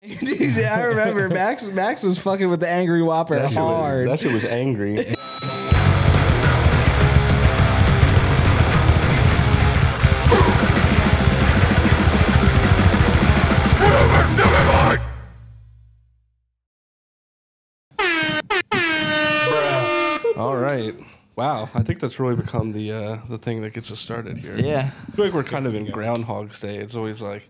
dude. I remember Max. Max was fucking with the angry whopper That shit, was, hard. that shit was angry. All right. Wow. I think that's really become the uh, the thing that gets us started here. yeah, I feel like we're kind of in Groundhog's Day. It's always like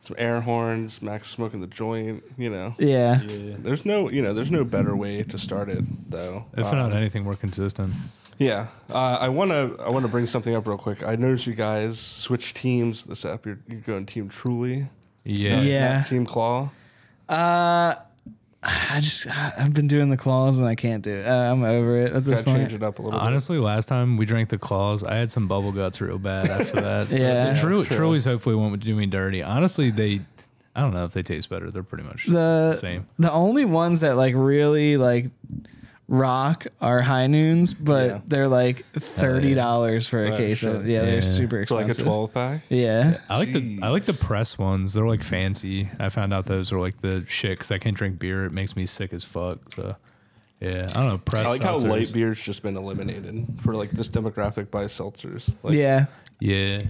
some air horns, Max smoking the joint. You know, yeah. Yeah. there's no you know there's no better way to start it though. If Uh, not anything, we're consistent. yeah, uh, I wanna I wanna bring something up real quick. I noticed you guys switched teams this up. You're, you're going team Truly, Yeah. Yeah. not team Claw. Uh, I just I've been doing the claws and I can't do it. Uh, I'm over it at this Gotta point. change it up a little bit. Honestly, last time we drank the claws, I had some bubble guts real bad after that. So Yeah. the Tru- True. Trulies hopefully won't do me dirty. Honestly, they, I don't know if they taste better. They're pretty much just the, The same. the only ones that like really like rock are high noons, but Yeah. they're like thirty dollars for a Oh, case shit. of yeah, they're Yeah. super For like expensive. a 12 pack. Yeah. I like the I like the Jeez. press ones. They're like fancy. I found out those are like the shit because I can't drink beer. It makes me sick as fuck. So yeah, I don't know. Press. I like how seltzers. light beer's just been eliminated for like this demographic by seltzers. Like, Yeah. Yeah,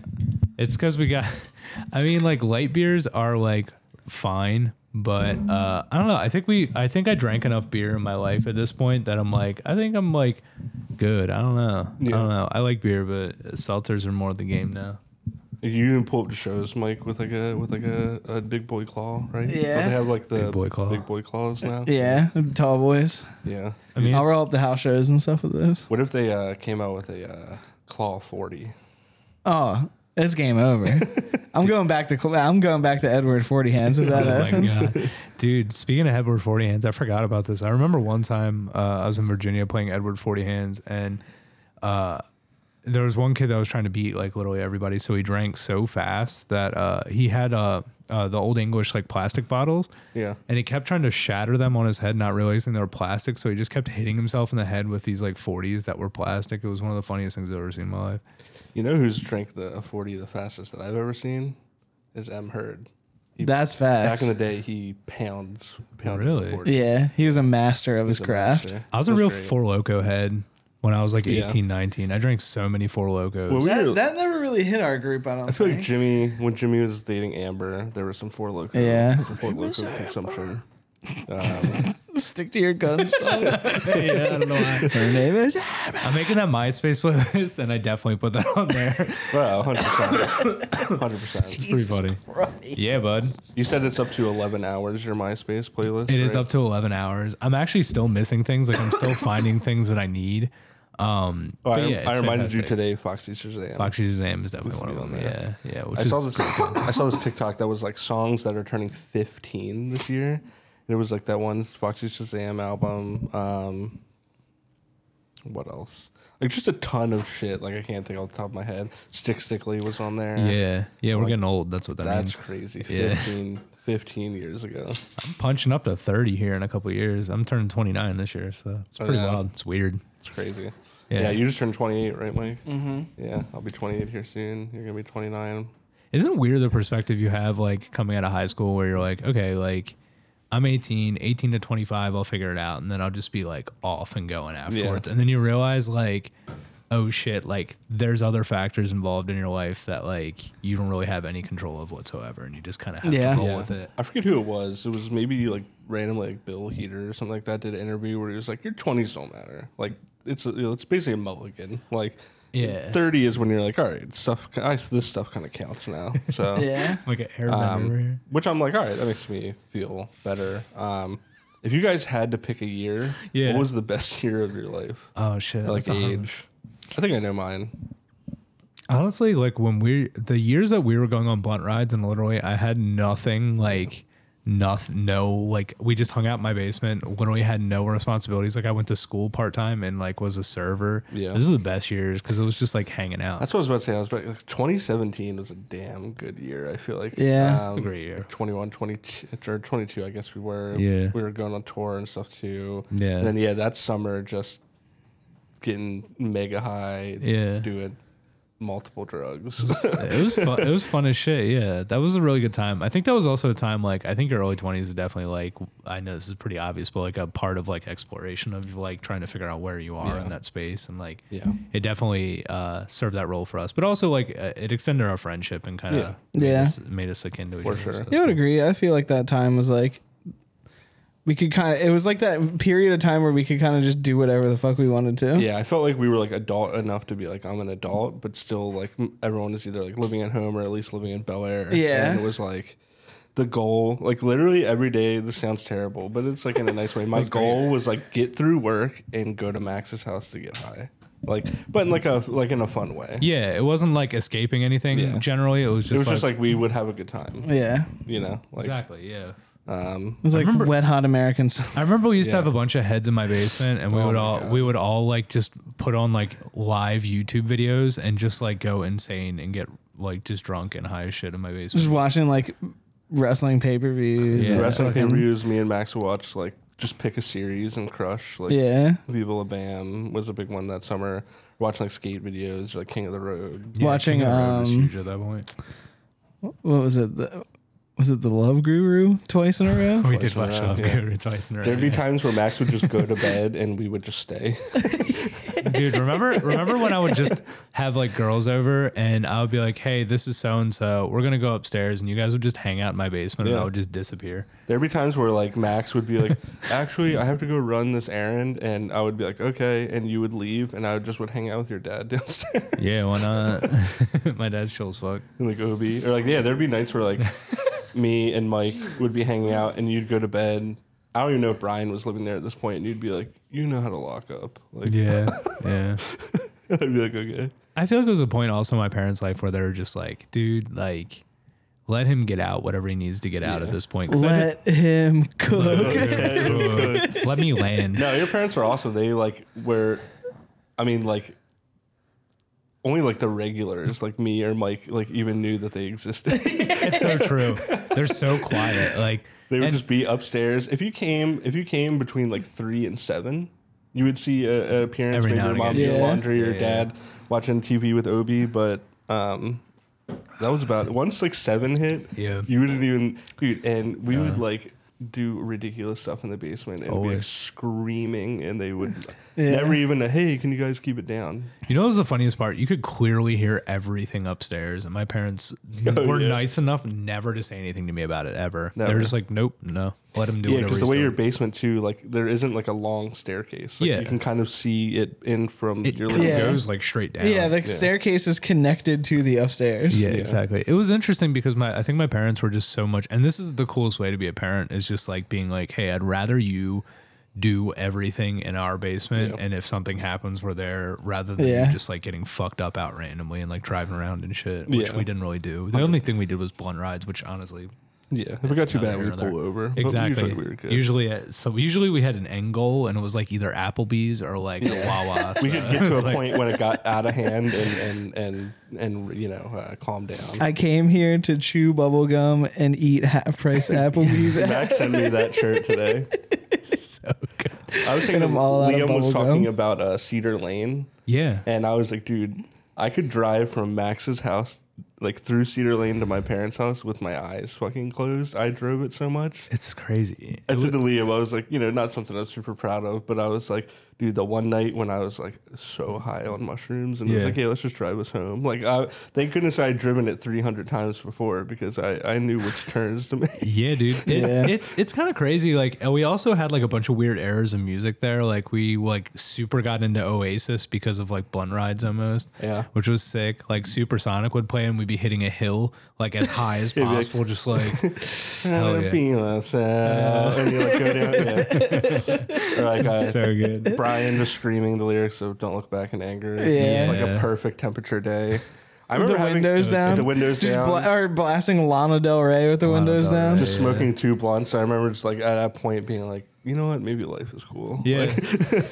it's because we got. I mean, like light beers are like fine, but uh, I don't know. I think we. I think I drank enough beer in my life at this point that I'm like. I think I'm like good. I don't know. I Yeah. don't know. I like beer, but seltzers are more the game now. You even pull up to shows, Mike, with like a with like a, a big boy claw, right? Don't Yeah. they have like the Big boy claw. big boy claws now. Yeah. Tall boys. Yeah. I mean, I'll roll up the house shows and stuff with those. What if they uh, came out with a uh, claw forty? Oh, it's game over. I'm going back to Cl- I'm going back to Edward Forty Hands if that Oh my happens. God. Dude, speaking of Edward 40 Hands, I forgot about this. I remember one time uh, I was in Virginia playing Edward 40 Hands, and uh, there was one kid that was trying to beat like literally everybody. So he drank so fast that uh, he had uh, uh, the old English like plastic bottles. Yeah. And he kept trying to shatter them on his head, not realizing they were plastic. So he just kept hitting himself in the head with these like 40s that were plastic. It was one of the funniest things I've ever seen in my life. You know who's drank the forty the fastest that I've ever seen is M Heard. He, That's back fast. in the day, he pounds pounded Really? the 40. yeah, he was a master of his He's a craft. master. I was a That's real great. Four Loco head when I was like Yeah. 18, 19. I drank so many Four Locos. Well, we were- That, that never really hit our group. I don't I feel like think. Jimmy, when Jimmy was dating Amber, there was some four loco, Yeah. some four loco consumption. Um, Stick to your guns. son. yeah, I don't know why. Her name is. I'm making that MySpace playlist, and I definitely put that on there. well, hundred percent, hundred percent. Pretty funny. Yeah, bud. You said it's up to eleven hours your MySpace playlist. It is up to 11 hours. I'm actually still missing things. Like I'm still finding things that I need. Um, Oh, but I, yeah, it's I reminded you fantastic. today, Foxy Shazam. Foxy Shazam is definitely one of be them. on Yeah, there. yeah. Which I is saw this. I saw this TikTok that was like songs that are turning 15 this year. And it was like that one Foxy Shazam album. Um, what else? Like just a ton of shit. Like I can't think off the top of my head. Stick Stickly was on there. Yeah, yeah. We're getting old. That's what that that's means. crazy. Yeah. 15, 15 years ago. I'm punching up to 30 here in a couple years. I'm turning 29 this year, so it's Oh, pretty yeah. wild. It's weird. It's crazy. Yeah. Yeah. you just turned 28, right, Mike? Mm-hmm. Yeah, I'll be 28 here soon. You're gonna be 29. Isn't it weird the perspective you have like coming out of high school where you're like, okay, like I'm 18, 18 to 25, I'll figure it out. And then I'll just be like off and going afterwards. And then you realize like, oh shit, like there's other factors involved in your life that like you don't really have any control of whatsoever. And you just kind of have Yeah. to roll Yeah. with it. I forget who it was. It was maybe like randomly like Bill Heater or something like that did an interview where he was like, "Your twenties don't matter. Like it's a, you know, it's basically a mulligan. Like Yeah. thirty is when you're like, all right, stuff. I, this stuff kind of counts now. So Yeah. Like an air um, over here. which I'm like, all right, that makes me feel better. Um, if you guys had to pick a year, Yeah. what was the best year of your life? Oh shit. like that's a hundred. age. I think I know mine. Honestly, like when we the years that we were going on blunt rides and literally I had nothing like nothing no like we just hung out in my basement, literally had no responsibilities. Like I went to school part time and like was a server. Yeah. Those are the best years because it was just like hanging out. That's what I was about to say. I was about, like, 2017 was a damn good year. I feel like Yeah. um, It's a great year. 21, 22, or 22. I guess we were. Yeah. we were going on tour and stuff too. Yeah. And then yeah, that summer just getting mega high. Yeah. doing multiple drugs. it was fun. It was fun as shit. Yeah, that was a really good time. I think that was also a time like I think your early twenties is definitely like I know this is pretty obvious, but like a part of like exploration of like trying to figure out where you are Yeah. in that space and like Yeah. it definitely uh, served that role for us. But also like uh, it extended our friendship and kind of Yeah. made, Yeah. Us, made us akin to each For other. sure. So that's Yeah, I would cool. agree. I feel like that time was like we could kind of. It was like that period of time where we could kind of just do whatever the fuck we wanted to. Yeah, I felt like we were like adult enough to be like I'm an adult, but still like m- everyone is either like living at home or at least living in Bel Air. Yeah. and it was like the goal, like literally every day. This sounds terrible, but it's like in a nice way. My goal was like get through work and go to Max's house to get high, like but in like a like in a fun way. Yeah, it wasn't like escaping anything. Yeah. Generally, it was just it was just like we would have a good time, yeah. you know. Like exactly yeah. um, It was like remember- wet hot American stuff. I remember we used to Yeah. have a bunch of heads in my basement, and we Oh would my all God. we would all like just put on like live YouTube videos and just like go insane and get like just drunk and high as shit in my basement. Just watching like wrestling pay per views. Yeah. wrestling pay per views. Me and Max would watch like just pick a series and crush like Yeah. Viva La Bam was a big one that summer. Watching like skate videos, like King of the Road. Yeah, watching, King of the Road was um, huge at that point. What was it? The, was it the Love Guru twice in a row? We did did twice in a watch watch row, Love Love yeah. Guru twice in a There'd be times where Max would just go to bed and we would just stay. Dude, remember remember when I would just have like girls over and I would be like, "Hey, this is so and so. We're gonna go upstairs," and you guys would just hang out in my basement, and I Yeah. would just disappear. There'd be times where like Max would be like, "Actually, I have to go run this errand," and I would be like, "Okay," and you would leave, and I would just would hang out with your dad downstairs, Yeah, why not? my dad's chill as fuck. and, like Obi, or like yeah, there'd be nights where like me and Mike would be hanging out, and you'd go to bed. I don't even know if Brian was living there at this point, and you'd be like, "You know how to lock up," like Yeah, yeah. I'd be like, "Okay." I feel like it was a point also in my parents' life where they were just like, dude, like, let him get out whatever he needs to get out at Yeah. this point. 'Cause I Let him cook. did- let me land. No, your parents were also they like were, I mean like. Only like the regulars, like me or Mike, like even knew that they existed. It's so true. They're so quiet. Like, they would and- just be upstairs. If you came, if you came between like three and seven, you would see a, an appearance. Every maybe now your and mom again. doing Yeah. laundry or Yeah, yeah. dad watching TV with Obi, but um, that was about it. once like seven hit. Yeah. you wouldn't even, dude, and we would like do ridiculous stuff in the basement and be like Always. screaming, and they would Yeah. never even. Hey, can you guys keep it down? You know what was the funniest part? You could clearly hear everything upstairs, and my parents Oh, were yeah. nice enough never to say anything to me about it ever. They're Never. just like, nope, no, let him do Yeah, whatever. because the he's way doing. your basement too, like there isn't like a long staircase. Like, Yeah. you can kind of see it in from it your kinda living Yeah. goes like straight down. yeah, the staircase is connected to the upstairs. Yeah, exactly. It was interesting because my I think my parents were just so much and this is the coolest way to be a parent is just like being like, "Hey, I'd rather you do everything in our basement and if something happens we're there rather than Yeah. you just like getting fucked up out randomly and like driving around and shit, which Yeah. we didn't really do. The only thing we did was blunt rides, which honestly Yeah, if it got too Another bad, we another. pull over. But Exactly. Usually we were good. Usually, uh so usually we had an end goal, and it was like either Applebee's or like a Wawa. we so could get to a point when it got out of hand and and and, and you know uh, calm down. I came here to chew bubble gum and eat half price Applebee's. Max sent me that shirt today. so good. I was thinking I'm all out of Liam was bubble talking gum. about uh, Cedar Lane, Yeah, and I was like, dude, I could drive from Max's house like through Cedar Lane to my parents' house with my eyes fucking closed. I drove it so much. it's crazy. I said to Liam, I was like, you know, not something I'm super proud of, but I was like, dude, the one night when I was like so high on mushrooms and I was Yeah. like, hey, let's just drive us home. Like, I, thank goodness I had driven it 300 times before because I, I knew which turns to make. Yeah, dude. It, Yeah. It's it's kind of crazy. Like and we also had like a bunch of weird errors in music there. Like we like super got into Oasis because of like blunt rides almost. Yeah. Which was sick. Like Supersonic would play and we'd be hitting a hill like as high as be like- possible, just like Hell yeah. Be myself. And you like go down. Yeah. or like, uh, so good. Brian was screaming the lyrics of "Don't Look Back in Anger." Yeah. It's like a Yeah. perfect temperature day. I the remember having uh, windows down. The windows just down. Bla- or blasting Lana Del Rey with the windows Del down. Rey. just smoking two blunts. I remember just like at that point being like, you know what, maybe life is cool. Yeah.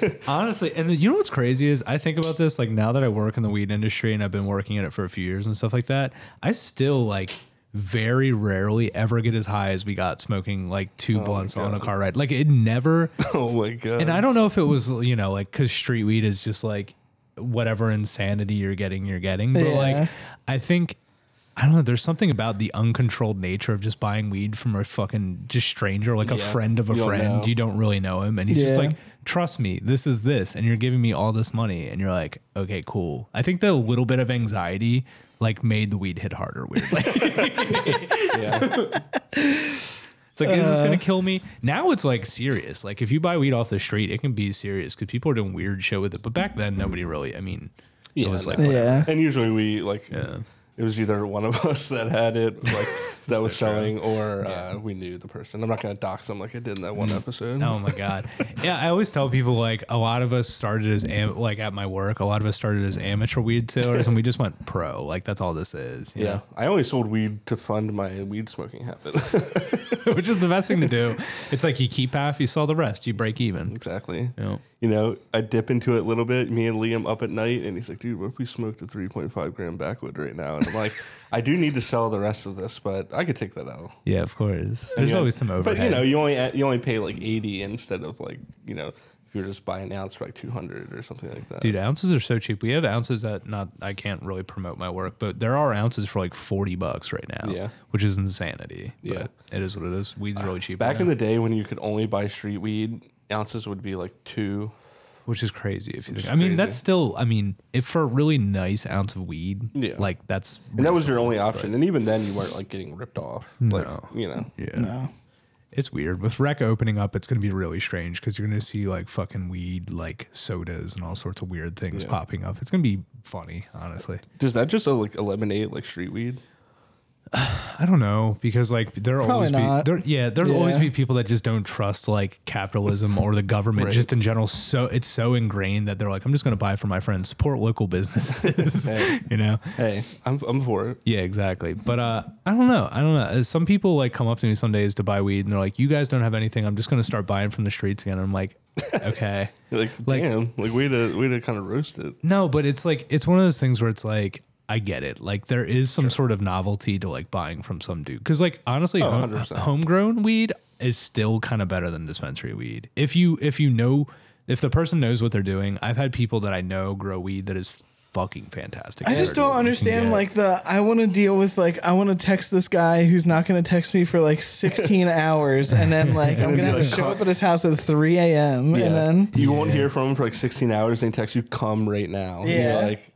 Like, Honestly, and the, you know what's crazy is I think about this like now that I work in the weed industry and I've been working in it for a few years and stuff like that. I still like very rarely ever get as high as we got smoking like two blunts on a car ride. Like it never oh my god. and I don't know if it was, you know, like cuz street weed is just like whatever insanity you're getting, you're getting. But Yeah. like, I think I don't know. There's something about the uncontrolled nature of just buying weed from a fucking just stranger, like a Yeah. friend of a You don't friend. know. You don't really know him, and he's just Yeah. like, "Trust me, this is this," and you're giving me all this money, and you're like, "Okay, cool." I think the little bit of anxiety like made the weed hit harder. Weirdly, Yeah. it's like, "Is this gonna kill me?" Now it's like serious. Like if you buy weed off the street, it can be serious because people are doing weird shit with it. But back then, nobody really. I mean, yeah it was like. Yeah. And usually we like it was either one of us that had it like that was selling or uh, we knew the person. I'm not gonna dox them like I did in that one episode. Oh my god. Yeah, I always tell people like a lot of us started as am- like at my work, a lot of us started as amateur weed sellers and we just went pro. Like that's all this is. you Yeah. I only sold weed to fund my weed smoking habit. know? Which is the best thing to do. It's like you keep half, you sell the rest, you break Mm. even. exactly. You know? You know, I dip into it a little bit. Me and Liam up at night, and he's like, "Dude, what if we smoked a 3.5 gram backwood right now?" And I'm like, "I do need to sell the rest of this, but I could take that out." Yeah, of course. There's Yeah. always some overhead. But you know, you only you only pay like eighty instead of like you know if you're just buying an ounce for like two hundred or something like that. Dude, ounces are so cheap. We have ounces that not I can't really promote my work, but there are ounces for like forty bucks right now. Yeah. Which is insanity. but Yeah. Uh, it is what it is. Weed's really cheap. Back now, in the day when you could only buy street weed, ounces would be like two. which is crazy if you think. is I mean, crazy. that's still. I mean, if for a really nice ounce of weed, Yeah. like that's And that was your only option. And even then, you weren't like getting ripped off. Like, No. you know, yeah. No. It's weird with rec opening up. It's going to be really strange because you're going to see like fucking weed, like sodas and all sorts of weird things Yeah. popping up. It's going to be funny, honestly. does that just uh, like eliminate like street weed? I don't know because like there'll Probably always not. be there, yeah there'll always Yeah. be people that just don't trust like capitalism or the government Right. just in general. So it's so ingrained that they're like, I'm just going to buy from my friends, support local businesses, you know. Hey, I'm I'm for it. Yeah, exactly. But uh, I don't know. I don't know. Uh, Some people like come up to me some days to buy weed, and they're like, "You guys don't have anything. I'm just gonna start buying from the streets again." I'm like, "Okay." Like, Like- damn, like way to way to kind of roast it. no, but it's like it's one of those things where it's like I get it. Like there is some sort of novelty to like buying from some dude because like Oh, honestly, home- 100%. homegrown weed is still kind of better than dispensary weed. If you if you know if the person knows what they're doing, I've had people that I know grow weed that is fucking fantastic. I just They're- don't understand Yeah. like the I want to deal with like I want to text this guy who's not going to text me for like 16 hours and then like I'm gonna then be have to like, show "Fuck." up at his house at 3 a.m. and then you won't hear from him for like 16 hours and he texts you come right now And you're Yeah. like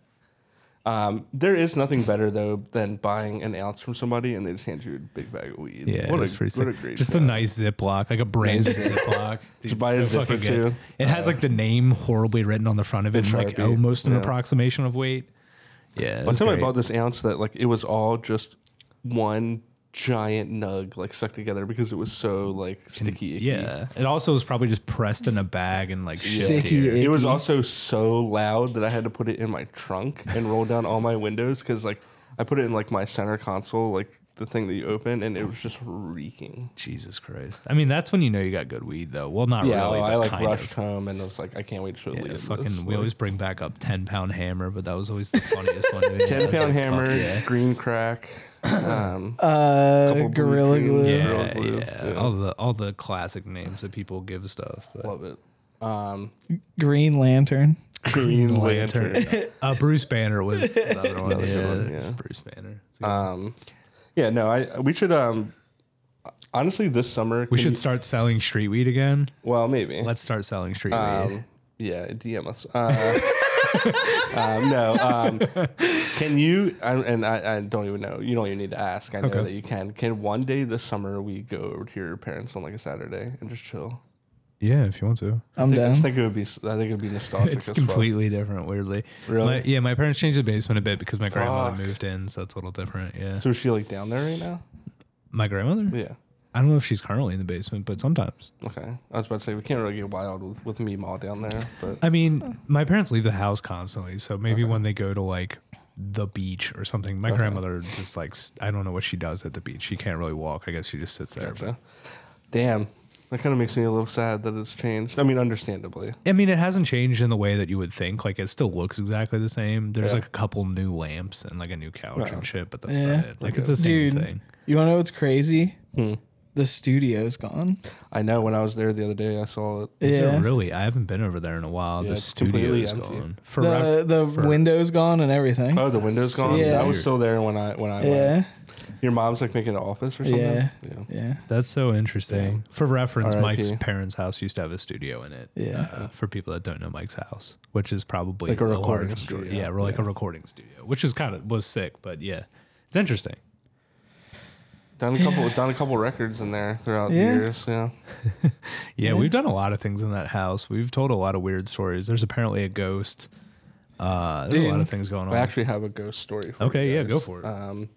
um, there is nothing better though than buying an ounce from somebody and they just hand you a big bag of weed Yeah, what, it's a, pretty sick. what a great Just a smell. nice Ziploc, like a branded Nice Ziploc. Ziploc. Dude, you buy a it's zipper good. too? It has like the name horribly written on the front of it, In and, like Sharpie, almost an yeah. approximation of weight. Yeah, one time i bought this ounce that like it was all just one giant nug like stuck together because it was so like sticky icky. Yeah, it also was probably just pressed in a bag and like shipped Sticky here. icky. it was also so loud that i had to put it in my trunk and roll down all my windows because like i put it in like my center console like the thing that you open and it was just reeking Jesus Christ! I mean, that's when you know you got good weed, though. Well, not Yeah, really. well, but I like kind rushed Of. home and I was like, I can't wait to show Yeah, Liam fucking, this. we always bring back up ten pound hammer, but that was always the funniest one. ten pound hammer, yeah, green crack, um, uh Couple blue gorilla Dreams. glue. Yeah. yeah, Blue, yeah. yeah. All the all the classic names that people give stuff. but- love it. Um, Green Lantern. green Lantern. lantern. Uh, Bruce Banner was the other one. Another good yeah, one, it's yeah. Bruce Banner. It's a good- um, yeah, no, I we should um, honestly this summer we can should you- start selling street weed again. well maybe Let's start selling street weed. um, yeah DM us. Uh, um, no, um, can you? I, and I, I don't even know. You don't even need to ask. I know Okay. that you can. Can one day this summer we go over to your parents on like a Saturday and just chill? Yeah, if you want to. I'm think- I just down. think it would be. I think it would be nostalgic. It's as completely different, weirdly. Really? My, yeah, my parents changed the basement a bit because my grandmother Fuck. moved in, so it's a little different. Yeah. Fuck. So is she like down there right now? my grandmother? Yeah. I don't know if she's currently in the basement, but sometimes. Okay. I was about to say we can't really get wild with with me all down there, but I mean, my parents leave the house constantly, so maybe when they go to like the beach or something, my grandmother just like s- I don't know what she does at the beach. She can't really walk. I guess she just sits there. Gotcha. damn, that kind of makes me a little sad that it's changed. I mean, understandably. I mean, it hasn't changed in the way that you would think. Like, it still looks exactly the same. There's like a couple new lamps and like a new couch and shit, but that's Yeah. about it. Like, it's the same Dude, thing. Hmm. you want to know what's crazy? the studio's gone. I know when I was there the other day, I saw it. Is yeah. it really? I haven't been over there in a while. Yeah, the it's completely studio's empty. gone. For The rep- the for- window's gone and everything. Oh, the window's gone. Yeah. I was still there when I when I yeah. went. Your mom's like making an office or something. Yeah. yeah. Yeah. that's so interesting. For reference, RIP. Mike's parents' house used to have a studio in it. Yeah. Uh, for people that don't know Mike's house, which is probably Like a large recording sto- studio. Yeah, or like a recording studio, which is kind of was sick, but yeah, it's interesting. Done a couple done a couple records in there throughout the Yeah. years. Yeah. Yeah, we've done a lot of things in that house. We've told a lot of weird stories. There's apparently a ghost. Uh, there's a lot Dude. of things going on. I actually have a ghost story for Okay, you yeah, guys. go for it. Um,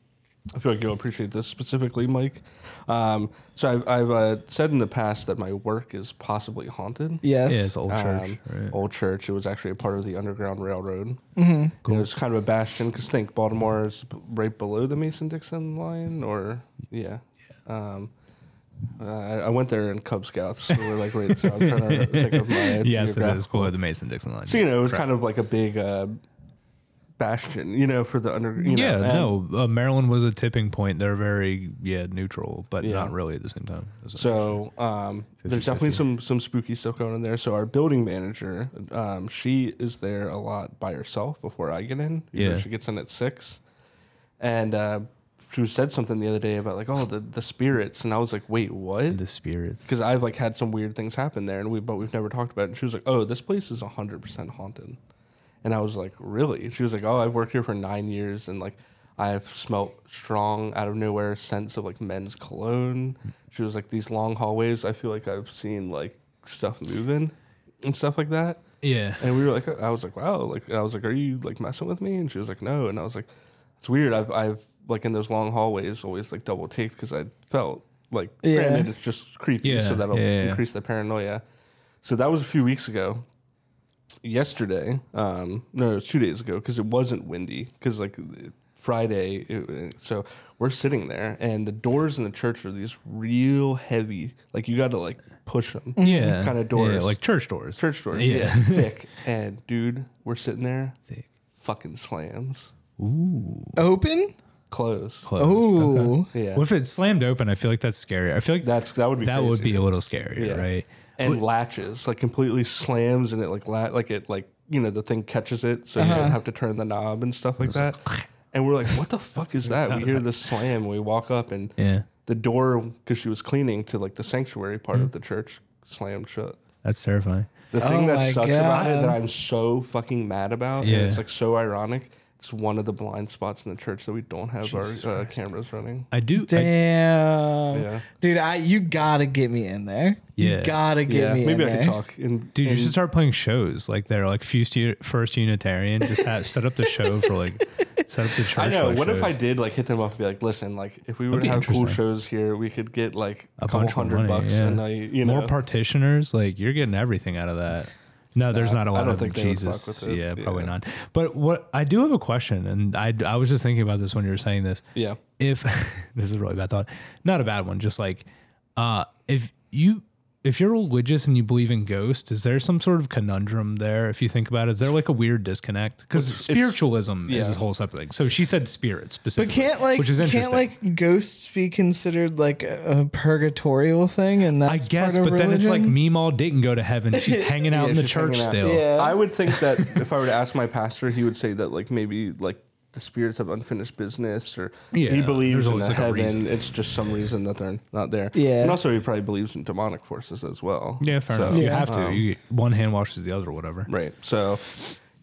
I feel like you'll appreciate this specifically, Mike. Um, so I've, I've uh, said in the past that my work is possibly haunted. Yes. yeah, it's old church. Um, right? Old church. It was actually a part of the Underground Railroad. And It was kind of a bastion because think Baltimore is b- right below the Mason-Dixon line, or yeah. Um, uh, I, I went there in Cub Scouts. So we're like, wait, so I'm trying to think of my Yes, it geographical- is below the Mason Dixon line. So you know, it was kind of like a big uh, bastion, you know, for the under. You yeah, know, and- no. Uh, Maryland was a tipping point. They're very yeah neutral, but Yeah. not really at the same time. It was- So um, there's definitely some some spooky stuff going in there. So our building manager, um, she is there a lot by herself before I get in. Usually Yeah. she gets in at six, and uh, she said something the other day about like oh the the spirits, and I was like wait what? the spirits. Because I've like had some weird things happen there, and we but we've never talked about it. And she was like oh this place is hundred percent haunted, and I was like really? And she was like oh I've worked here for nine years and like. I've smelt strong out of nowhere scents of like men's cologne. She was like these long hallways. I feel like I've seen like stuff moving and stuff like that. Yeah, And we were like, I was like, wow, like I was like, are you like messing with me? And she was like, no. And I was like, it's weird. I've I've like in those long hallways always like double taped because I felt like Yeah. granted it's just creepy, Yeah, so that'll yeah, yeah, yeah. increase the paranoia. So that was a few weeks ago. Yesterday, um, no, it was two days ago because it wasn't windy because like Friday. It, so we're sitting there, and the doors in the church are these real heavy, like you got to like push them. yeah, Kind of doors yeah, like church doors. church doors. Yeah. Yeah, thick. And dude, we're sitting there, Thick. fucking slams, Ooh, Open? closed. closed. Oh. Okay. Yeah, Well, if it's slammed open, I feel like that's scary. I feel like that's that would be that would crazy. be a little scary, Yeah. right? and latches like completely slams and it like la- like it like you know the thing catches it so you Uh-huh. don't have to turn the knob and stuff like that. and we're like, what the fuck is that? We hear the slam. We walk up and Yeah, the door because she was cleaning to like the sanctuary part Mm-hmm. of the church slammed shut. that's terrifying. The thing Oh that my sucks about it God. that I'm so fucking mad about, Yeah. and it's like so ironic. It's one of the blind spots in the church that we don't have our uh, cameras running. I do. I, Damn. Yeah. Dude, I you gotta get me in there. Yeah. You gotta get Yeah, me maybe in I there. can talk. And dude, you should start playing shows like they're like First, U- first Unitarian. Just have, set up the show for like set up the church. I know. for, like, What if I shows. did like hit them up and be like, "Listen, like if we were That'd to be have cool interesting. shows here, we could get like a couple bunch of hundred money, bucks, yeah. and I, you know, more partitioners like you're getting everything out of that no there's not a I lot don't of think they would jesus fuck with it. yeah Yeah. probably not but what i do have a question and i i was just thinking about this when you were saying this yeah, if this is a really bad thought not a bad one just like uh if you if you're religious and you believe in ghosts, is there some sort of conundrum there? If you think about it, is there like a weird disconnect? Because spiritualism is yeah. a whole separate thing. So she said spirit But specifically, can't like which is can't interesting. like ghosts be considered like a, a purgatorial thing and that's I guess, part but of then it's like religion? Meemaw didn't go to heaven. She's hanging out Yeah, in the she's church hanging out. still. Yeah. I would think that if I were to ask my pastor, he would say that like maybe like the spirits have unfinished business, or Yeah, he there's believes in always, a like, a reason. heaven. It's just some reason that they're not there. Yeah. and also he probably believes in demonic forces as well. Yeah, fair So, enough. You Yeah. have to. um, you, one hand washes the other, whatever. Right. So,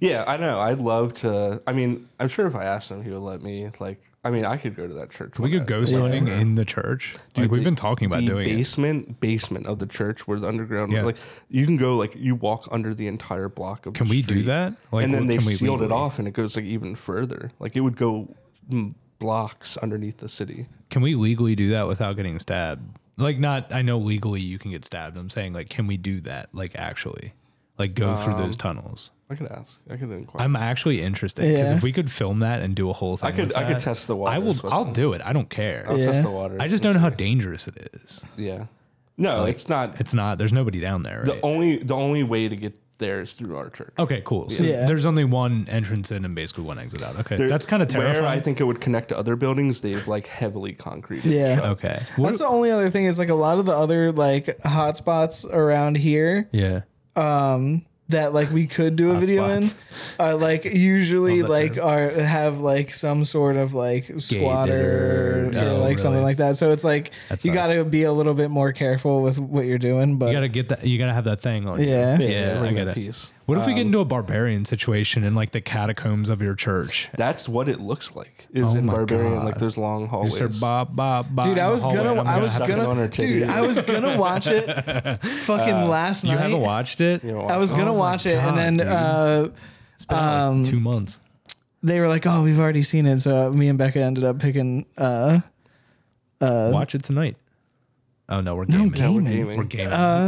yeah, I know. I'd love to. I mean, I'm sure if I asked him, he would let me. Like, I mean, I could go to that church. We one could night. ghost hunting in the church. like we've the- been talking about the doing it. basement, basement of the church where the underground. Yeah. Like, you can go. Like, you walk under the entire block of. Can the we do street, that? Like, and then what they can we sealed it legally- off, and it goes like even further. Like, it would go mm, blocks underneath the city. Can we legally do that without getting stabbed? Like, not. I know legally you can get stabbed. I'm saying, like, can we do that? Like, actually, like go through Um, those tunnels. I could ask. I could inquire. I'm actually interested because Yeah. if we could film that and do a whole thing, I could- with I could that, test the I will. waters with I'll them. do it. I don't care. I'll test Yeah. the water. I just don't know how dangerous it is. Yeah. No, it's not. It's not. There's nobody down there. Right? The only the only way to get theirs through our church. Okay, cool. So Yeah. there's only one entrance in and basically one exit out. Okay, There- Oh, that's kind of terrifying. Where I think it would connect to other buildings, they've like heavily concreted. it Yeah. shut. okay. What- That's the only other thing is like a lot of the other like hotspots around here yeah. um that like we could do a video in Hotspots. are like usually Love that like term. are have like some sort of like squatter Gated or or- like Oh, something really? like that. So it's like That's you nice. got to be a little bit more careful with what you're doing, but You gotta get that. You gotta have that thing. On you. Yeah. yeah. Um, I bring get that it. piece. What if we get into a barbarian situation in like the catacombs of your church? That's what it looks like. Is Oh in my Barbarian God. like those long You hallways. start bob, bob, bob. Dude, in I the was hallway, and gonna, I'm I was have to- sucking on gonna, her dude, titty. I was gonna watch it, fucking last Uh, You night. haven't watched it. You know, I was gonna Oh my watch it, God, and then dude. uh, It's been like um, two months. they were like, "Oh, we've already seen it." So me and Becca ended up picking. Uh, Watch it tonight. Oh no, we're no gaming. Uh, Yeah, we're gaming. gaming. We're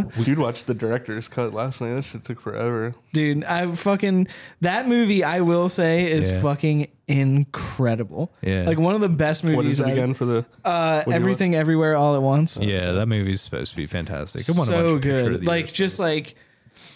gaming. Dude watched the director's cut last night. That shit took forever. dude, I fucking that movie. I will say is Yeah. fucking incredible. Yeah. like one of the best movies. What is it I've- again for the? Uh, you everything, everywhere, all at once. yeah, that movie's supposed to be fantastic. I want to watch Uh, so a picture Of good. the Like years. just like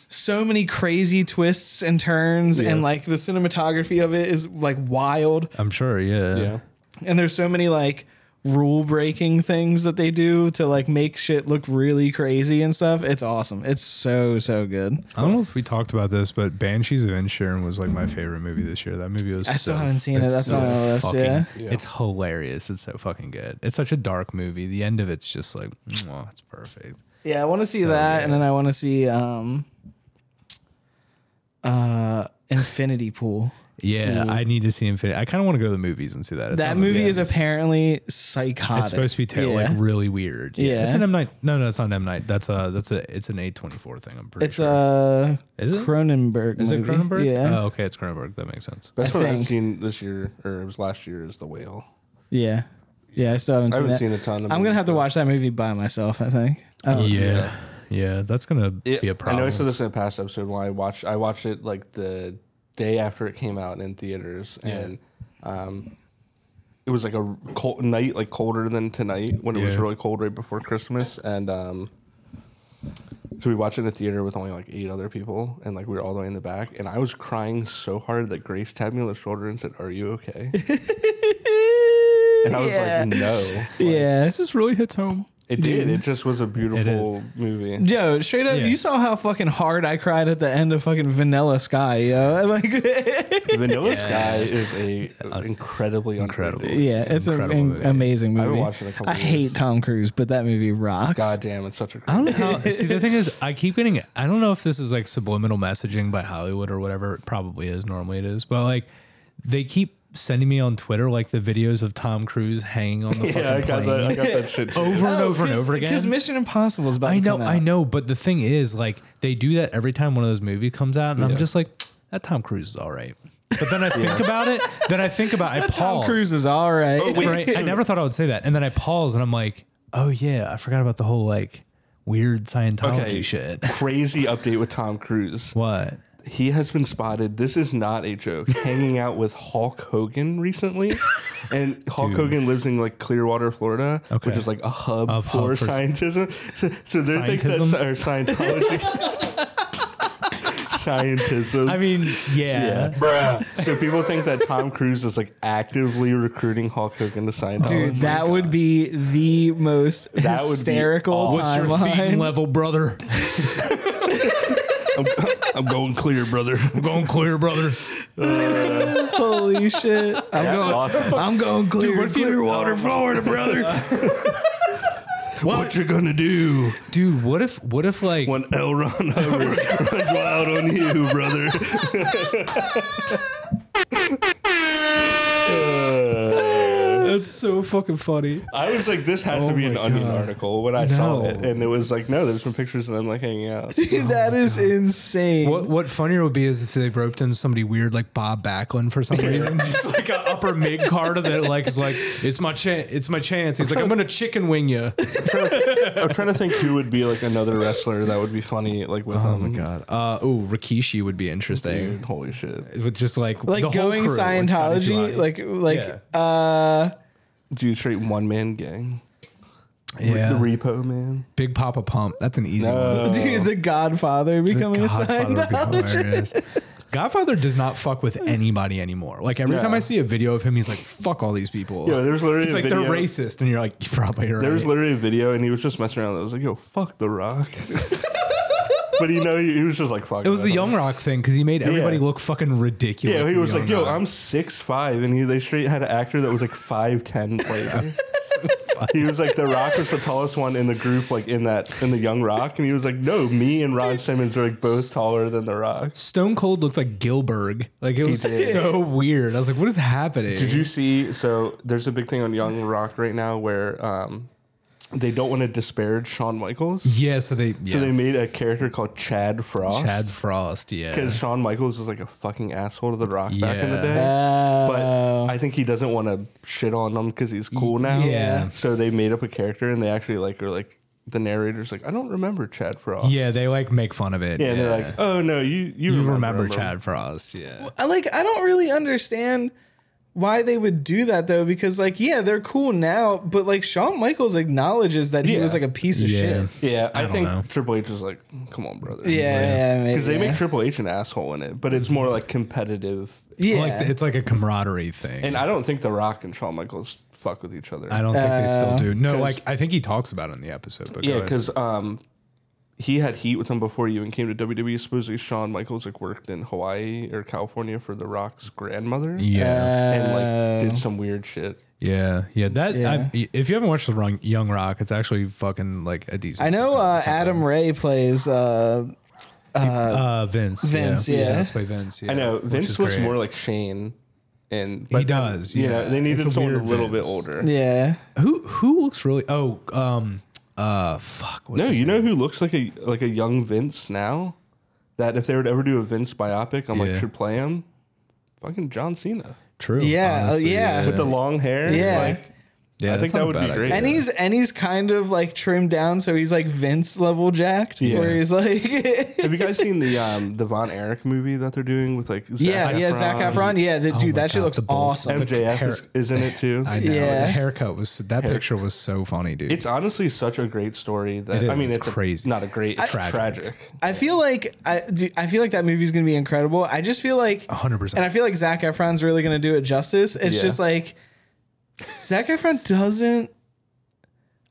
so many crazy twists and turns, Yeah. and like the cinematography of it is like wild. I'm sure. Yeah. yeah. and there's so many like rule breaking things that they do to like make shit look really crazy and stuff. It's awesome. It's so so good. I don't know if we talked about this, but Banshees of Inisherin was like my favorite movie this year. That movie was. Mm-hmm. I still so- haven't seen it. it's That's on my list, fucking- yeah. Yeah. it's hilarious. It's so fucking good. It's such a dark movie. The end of it's just like, mwah, it's perfect. Yeah, I want to see So that, good. and then I want to see um uh Infinity Pool. Yeah, I need to see Infinity. I kind of want to go to the movies and see that. It's Mm. that on the- movie yeah, is it's- apparently psychotic. It's supposed to be terrible, Yeah. like really weird. Yeah. Yeah. it's an M night. No, no, it's not an M night. That's a that's a it's an A twenty four thing. I'm pretty it's sure. a Is it? Cronenberg. is it movie. Cronenberg? Yeah, Oh, okay, it's Cronenberg. That makes sense. Best I one I've think. seen this year, or it was last year, is the whale. yeah, yeah. I still haven't I seen haven't that. seen a ton. Of I'm gonna have to movies, watch that movie by myself. I think. Oh, yeah, yeah, that's gonna but- be I a know problem. I said this in a past episode when I watched. I watched it like the day after it came out in theaters, and um, it was like a cold night, like colder than tonight when it was Yeah. really cold right before Christmas, and um. So we watched it in a theater with only like eight other people, and like we were all the way in the back, and I was crying so hard that Grace tapped me on the shoulder and said, "Are you okay?" And I was Yeah. like, "No." Like, Yeah. This just really hits home. It did. It just was a beautiful movie. Yo, straight up, Yeah. you saw how fucking hard I cried at the end of fucking Vanilla Sky, yo. Like, Vanilla Sky is a incredibly Uh, Incredible. underrated- yeah, it's an Incredible movie. amazing movie. haven't watched it in a couple I years. hate Tom Cruise, but that movie rocks. God damn, it's such a. I don't know how. see, the thing is, I keep getting. I don't know if this is like subliminal messaging by Hollywood or whatever. It probably is. Normally it is, but like they keep sending me on Twitter like the videos of Tom Cruise hanging on yeah, I the fucking got plane that. I got that Oh, shit. too. over and over and over again. Because Mission Impossible is about I to know, come out. I know, but the thing is, like, they do that every time one of those movies comes out, and Yeah. I'm just like, that Tom Cruise is all right. But then I think about it, then I think about, I Tom pause. Cruise is all right. right? I never thought I would say that, and then I pause, and I'm like, oh yeah, I forgot about the whole like weird Scientology Okay. shit. Crazy update with Tom Cruise. What? He has been spotted. This is not a joke. Hanging out with Hulk Hogan recently, and Hulk Dude. Hogan lives in like Clearwater, Florida, which Okay. is like a hub A hub for for- scientism. So, so they think that's Scientism? or Scientology. Scientism. I mean, yeah. So people think that Tom Cruise is like actively recruiting Hulk Hogan to sign. Dude, that would be the most Oh That would be hysterical awesome. What's your theme timeline. level, brother? I'm, I'm going clear, brother. We're going clear, brother. Holy shit. I'm That's going, awesome. I'm going clear, what if you- Clearwater, Florida, brother. What you gonna do Dude, what if, what if, like, when L. Ron Hubbard runs wild on you, brother? Uh, that's so fucking funny. I was like, this has to be an Oh my Onion God. article when I saw No. it, and it was like, no, there's been pictures of them like hanging out. Dude, that is insane. What what funnier would be is if they roped in somebody weird like Bob Backlund for some reason, just like an upper mid card of it, like is like it's my chance, it's my chance. He's like I'm gonna chicken wing you. I'm trying to think who would be like another wrestler that would be funny like with him. God, uh, oh Rikishi would be interesting. Dude, holy shit. With just like like the whole going crew, like Scotty Scientology, Girotti. like like uh Do you treat one man gang? Yeah. The Repo Man. Big Papa Pump. That's an easy one. No. Dude, the Godfather becoming a Godfather would be Scientologist. hilarious. Godfather does not fuck with anybody anymore. Like every Yeah. time I see a video of him, he's like, "Fuck all these people." Yeah, there's literally It's a like video. they're racist, and you're like, "You're probably right." There was literally a video, and he was just messing around. I was like, "Yo, fuck the Rock," but you know, he, he was just like, "Fuck." it was that. the Young Rock thing because he made everybody Yeah. look fucking ridiculous. Yeah, he in was Young like, "Yo, Rock. I'm six five, and he they straight had an actor that was like five ten playing. him. he was like, "The Rock was the tallest one in the group, like in that in the Young Rock," and he was like, "No, me and Ron Simmons are like both taller than the Rock." Stone Cold looked like Gilbert. Like it was did. so weird. I was like, "What is happening?" Did you see? So there's a big thing on Young Rock right now where um, they don't want to disparage Shawn Michaels, Yeah. So they. Mm-hmm. Yeah. so they made a character called Chad Frost. Chad Frost. Yeah. because Shawn Michaels was like a fucking asshole to The Rock back in the Yeah. day. Oh. but I think he doesn't want to shit on them because he's cool now. yeah. So they made up a character and they actually like are like the narrator's like, I don't remember Chad Frost. Yeah. They like make fun of it. Yeah, and they're like, Oh no, you you, "You remember, remember him." Chad Frost?" Yeah. I like I don't really understand why they would do that though, because like yeah, they're cool now, but like Shawn Michaels acknowledges that he Yeah. was like a piece of Yeah. shit. Yeah, I, don't think know. Triple H was like, Come on, brother. Yeah, yeah, Because they yeah. make Triple H an asshole in it, but it's more like competitive. yeah. Like it's like a camaraderie thing. And I don't think The Rock and Shawn Michaels fuck with each other. I don't think they still do. Uh, No, 'cause- like I think he talks about it in the episode. But go Yeah, ahead. because um, he had heat with him before he even came to WWE. Supposedly, Shawn Michaels like worked in Hawaii or California for The Rock's grandmother, yeah, Uh, and like Uh, did some weird shit. yeah, yeah. That I, if you haven't watched the wrong Young Rock, it's actually fucking like a decent. I know sitcom. uh, Adam Ray plays uh uh, Vince. Vince, yeah, yeah. He does play Vince. Yeah, I know which Vince is looks great. more like Shane, and He does. You Yeah, know, they It's needed someone a weird little Vince. bit older. yeah. Who who looks really? Oh, um, uh, fuck. What's No, his you name? know who looks like a like a young Vince now. That if they would ever do a Vince biopic, I'm like Yeah. should play him. Fucking John Cena, True. Yeah, oh, honestly, yeah. With uh, the long hair. Yeah. like, yeah, I think that's not that a would be bad idea. great. And he's and he's kind of like trimmed down, so he's like Vince level jacked. Yeah. Where he's like have you guys seen the um the Von Erich movie that they're doing with like Zac Yeah, yeah, Zach Efron. Yeah, the, dude, Oh my that shit God, looks the balls. awesome. And- MJF is, hair- is in it too. I know. Yeah. The haircut was that picture was so funny, dude. It's honestly such a great story that It is, I mean, it's it's, a- crazy. not a great, it's Tragic. tragic. I feel like I do, I feel like that movie's gonna be incredible. I just feel like 100%. and I feel like Zach Efron's really gonna do it justice. It's Yeah. just like Zach Efron doesn't.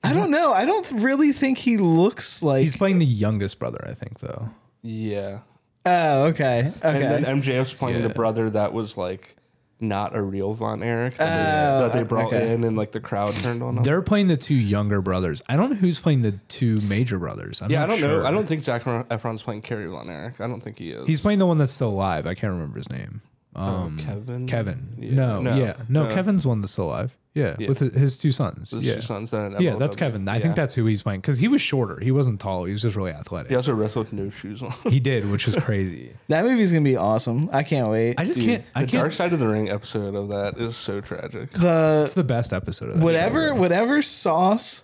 I don't know. I don't really think he looks like. He's playing the youngest brother, I think, though. Yeah, oh, okay, okay. and then MJF's playing the Yeah. brother that was like not a real Von Erich that, they, that they brought Oh, okay. in, and like the crowd turned on him. They're playing the two younger brothers. I don't know who's playing the two major brothers. I'm yeah, not I don't sure. know. I don't think Zach Efron's playing Kerry Von Erich. I don't think he is. He's playing the one that's still alive. I can't remember his name. Um, Kevin. Kevin. Yeah. No, No. yeah, no, No. Kevin's one that's still alive. Yeah, with his, his two sons. His yeah, two sons and an yeah, that's MLW. Kevin. I Yeah. think that's who he's playing because he was shorter. He wasn't tall. He was just really athletic. He also wrestled with no shoes on. He did, which is crazy. that movie's gonna be awesome. I can't wait. I just Dude, can't. I the Dark can't. Side of the Ring episode of that is so tragic. the It's the best episode of that whatever show. whatever sauce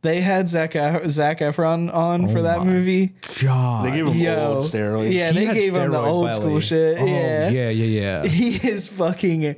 they had Zach Ef- Zach Efron on for that Oh my movie. God. They gave him Yo, old steroids. yeah, He they had gave him the steroid old belly. school shit. Oh, yeah, yeah, yeah, yeah. he is fucking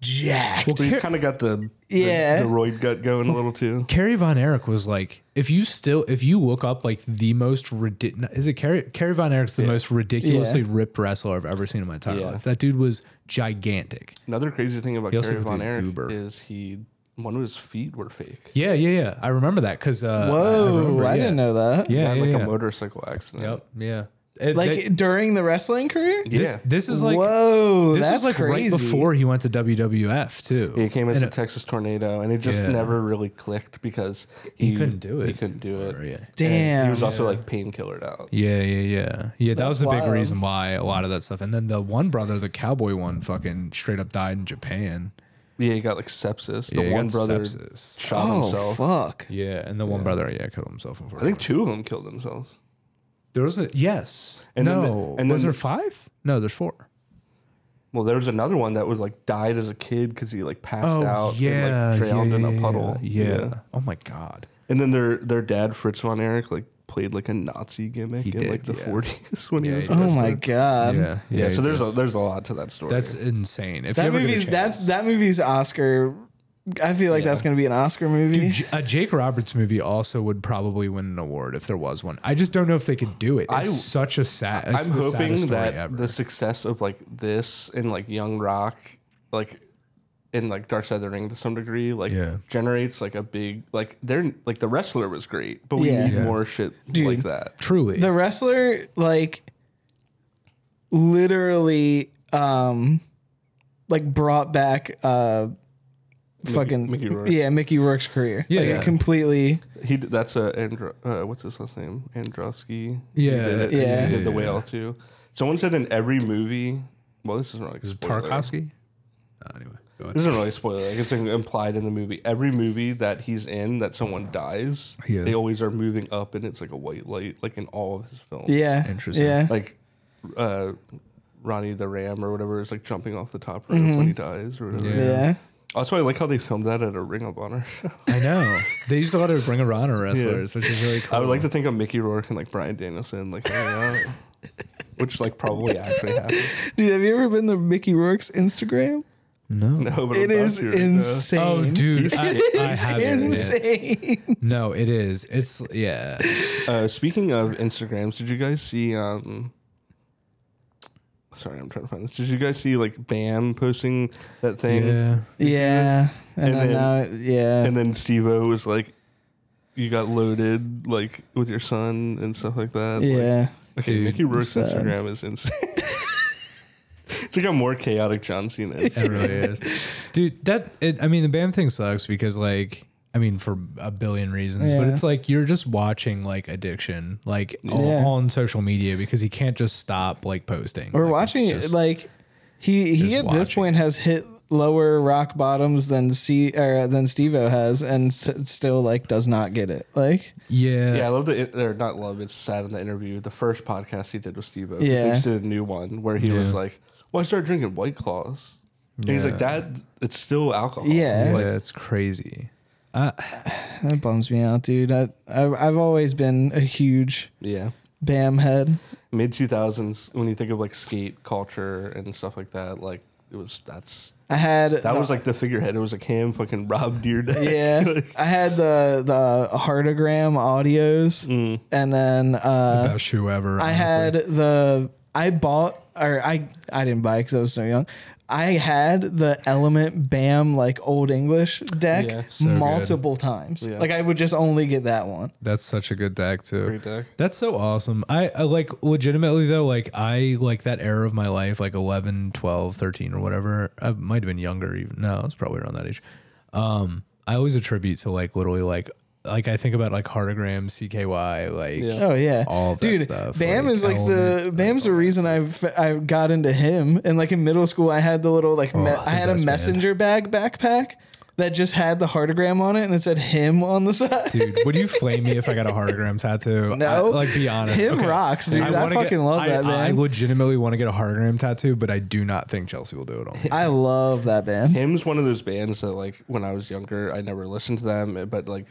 jacked. But he's kind of got the, the Yeah. the roid gut going a little too. Carrie Von Erich was like, if you still, if you look up like the most ridiculous, is it Carrie, Carrie Von Erich's the most ridiculously ripped wrestler I've ever seen in my entire Yeah. life. That dude was gigantic. Another crazy thing about also Gary looked Von like Erich Goober. is he one of his feet were fake. Yeah, yeah, yeah. I remember that because uh, Whoa, I, remember, yeah. didn't know that. He Yeah, had yeah, like yeah. a motorcycle accident. Yep, yeah. It- Like they- during the wrestling career? Yeah. this, this is like Whoa, this that's was like crazy. right before he went to WWF too. He came as a Texas tornado and it just Yeah. never really clicked because he, couldn't do He it. couldn't do it. Yeah. And Damn. He was also like painkillered out. Yeah, yeah, yeah, yeah. That was a big wild. reason why a lot of that stuff. And then the one brother, the cowboy one, fucking straight up died in Japan. Yeah, he got like sepsis. The Yeah, he one got brother sepsis. shot oh himself. fuck. Yeah, and the one brother, yeah, killed himself. I think two of them killed themselves. there was a yes, And then no, the- and was then the- there five? No, there's four. Well, there was another one that was like died as a kid because he like passed out Oh, yeah, and like drowned yeah, in yeah, a puddle. Yeah. Oh my god. And then their their dad Fritz von Erich like played like a Nazi gimmick in did, like the yeah. 40s when Yeah, he was. he did. Oh my arrested. god. yeah, Um, Yeah, so he there's did. a there's a lot to that story. that's insane. If you That ever get a movie's chance- that's that movie's Oscar I feel like that's going to be an Oscar movie. J- A Jake Roberts movie also would probably win an award if there was one. I just don't know if they could do it. It's I- such a sad. It's I'm the hoping saddest story that ever. the success of like this and like Young Rock, like in like Dark Side of the Ring to some degree, like Yeah. generates like a big like they're like the wrestler was great, but we Yeah. need Yeah. more shit like that. truly the wrestler like literally um like brought back uh fucking Mickey Rourke. yeah Mickey Rourke's career Yeah. like it completely He did, that's a Andro, uh, what's his last name Androsky. he Yeah. did it, and he Yeah. did the whale too. Someone said in every movie. Well, this isn't really a spoiler. Tarkovsky. Uh, anyway, go ahead. This isn't really a spoiler. Like it's implied in the movie. Every movie that he's in that someone dies, Yeah. they always are moving up, and it's like a white light, like in all of his films. yeah Interesting. yeah like uh, Ronnie the Ram or whatever is like jumping off the top rope Mm-hmm. when he dies or whatever. Yeah. yeah Also, I like how they filmed that at a Ring of Honor show. I know they used a lot of Ring of Honor wrestlers, which is really cool. I would like to think of Mickey Rourke and like Brian Danielson like hanging out, which like probably actually happened. dude have you ever been to Mickey Rourke's Instagram no. No, but it I'm is about to, uh, insane Oh, dude, I, I it's have it. insane Yeah. No, it is. It's yeah. Uh, speaking of Instagrams, did you guys see? um Sorry, I'm trying to find this. Did you guys see like Bam posting that thing? Yeah. yeah and, And then, then- now, yeah And then Steve O was like, "You got loaded like with your son and stuff like that." Like, yeah Okay, Dude, Mickey Rourke's sad. Instagram is insane. it's like a more chaotic John Cena. Instagram. It really is, dude. That it, I mean, the Bam thing sucks because like. I mean, for a billion reasons, but Yeah. it's like you're just watching like addiction, like all, Yeah. on social media, because he can't just stop like posting. We're Like, it's watching it just- like he he just at this watching. point has hit lower rock bottoms than C or uh, than Stevo has and s- still like does not get it. Like yeah, Yeah, I love the or not love. It's sad in the interview. The first podcast he did with Steve O. Yeah. he just did a new one where he was like, "Well, I started drinking White Claws." And he's like, "That it's still alcohol." Yeah. yeah, Like, it's crazy. that bums me out, dude. I I've, I've always been a huge yeah. Bam head. Mid two thousands, when you think of like skate culture and stuff like that, like it was that's I had that was like the figurehead. It was like him, fucking Rob Deerday. yeah. I had the the heartogram audios Mm. and then uh Best shoe ever. I had the I bought or I I didn't buy because I was so young. I had the Element Bam like Old English deck Yeah, so good. multiple times. Yeah. Like I would just only get that one. That's such a good deck too. Great deck. That's so awesome. I, I like legitimately though, like I like that era of my life, like 11, 12, 13 or whatever. I might have been younger even. No, I was probably around that age. Um, I always attribute to like literally like like I think about like Hardogram, CKY, like Yeah. Oh yeah, All of that dude. stuff, Bam like is like the Bam's the reason I I got into him. And like in middle school, I had the little like me- the I had a Oh, best man. messenger bag backpack that just had the heartogram on it and it said him on the side. Dude, would you flame me if I got a Hardogram tattoo? No. I- like be honest. Him rocks, dude. I wanna fucking love I- that, I man. legitimately want to get a Hardogram tattoo, but I do not think Chelsea will do it on me. I love that band. Him's one of those bands that like when I was younger, I never listened to them, eh, but like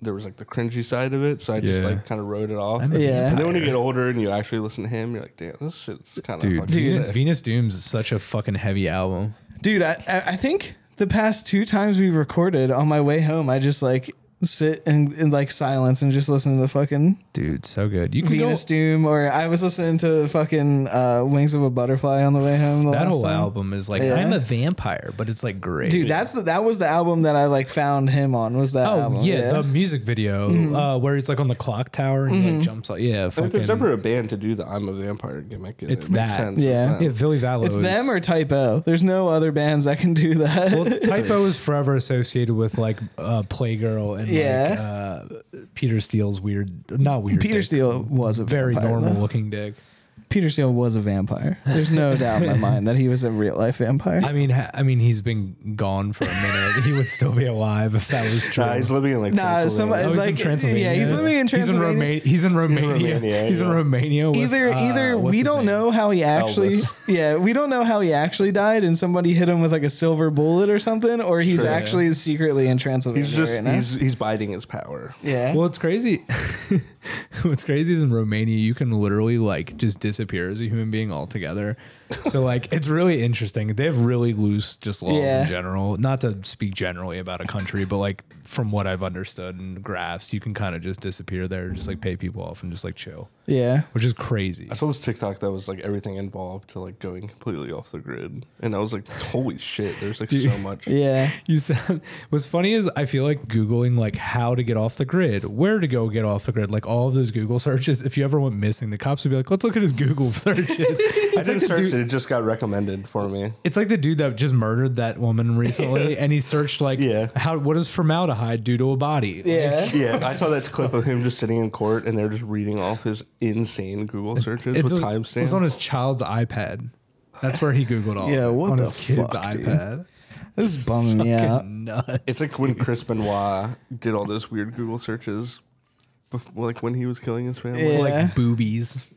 there was like the cringy side of it, so I just Yeah. like kind of wrote it off. I'm a Yeah. And then when you get older and you actually listen to him, you're like, damn, this shit's kind of Dude, fucking Venus, sick. Venus Dooms is such a fucking heavy album. dude I, I I think the past two times we recorded on my way home i just like sit and in like silence and just listen to the fucking Dude, so good. You can venus go. doom or i was listening to fucking uh wings of a butterfly on the way home the That last whole time. album is like I'm a vampire, but it's like great. dude that's the, that was the album that i like found him on was that oh album Mm-hmm. yeah, the music video uh, where he's like on the clock tower and he like jumps. Off. Yeah, If there's fucking. ever a band to do the I'm a vampire gimmick, it, It's it makes that. sense. Yeah. It's, Yeah, them. Billy Vallow. it's is- them or typo there's no other bands that can do that Well, typo is forever associated with like uh, Playgirl and Yeah. like, uh, Peter Steele's weird, not weird. peter dick, steele was a very vampire, normal though. looking dick. peter steele was a vampire there's no doubt in my mind that he was a real life vampire I mean, ha- I mean, he's been gone for a minute. he would still be alive if that was true. Nah, he's living in like Nah, Pennsylvania. somebody- Oh, he's in Like, Transylvania. yeah, he's living in Transylvania. He's in, Roma- he's in Romania. He's in Romania, Romania. yeah. with, either uh, either what's we his don't name? know how he actually yeah we don't know how he actually died and somebody hit him with like a silver bullet or something or he's Sure, yeah. actually secretly in Transylvania he's just right now. he's he's biding his power. yeah Well, it's crazy. What's crazy is in Romania, you can literally like just disappear as a human being altogether. so like it's really interesting. They have really loose just laws Yeah. in general. Not to speak generally about a country, but like from what I've understood and grasped, you can kind of just disappear there, just like pay people off and just like chill, Yeah. which is crazy. I saw this TikTok that was like everything involved to like going completely off the grid, and I was like, "Holy shit!" There's like so much. Yeah. You said what's funny is I feel like googling like how to get off the grid, where to go get off the grid, like all of those Google searches. If you ever went missing, the cops would be like, "Let's look at his Google searches." I didn't search it; it just got recommended for me. It's like the dude that just murdered that woman recently, and he searched like, Yeah. how what does formaldehyde do to a body? Yeah. Yeah, I saw that clip of him just sitting in court, and they're just reading off his insane Google searches It's with on- It was timestamps. on his child's iPad. That's where he googled all. Yeah, of it, what on the his kid's fuck, dude? iPad. This is bumming me out. Fucking nuts. It's like when Chris Benoit did all those weird Google searches, before, like when he was killing his family. Yeah. like boobies.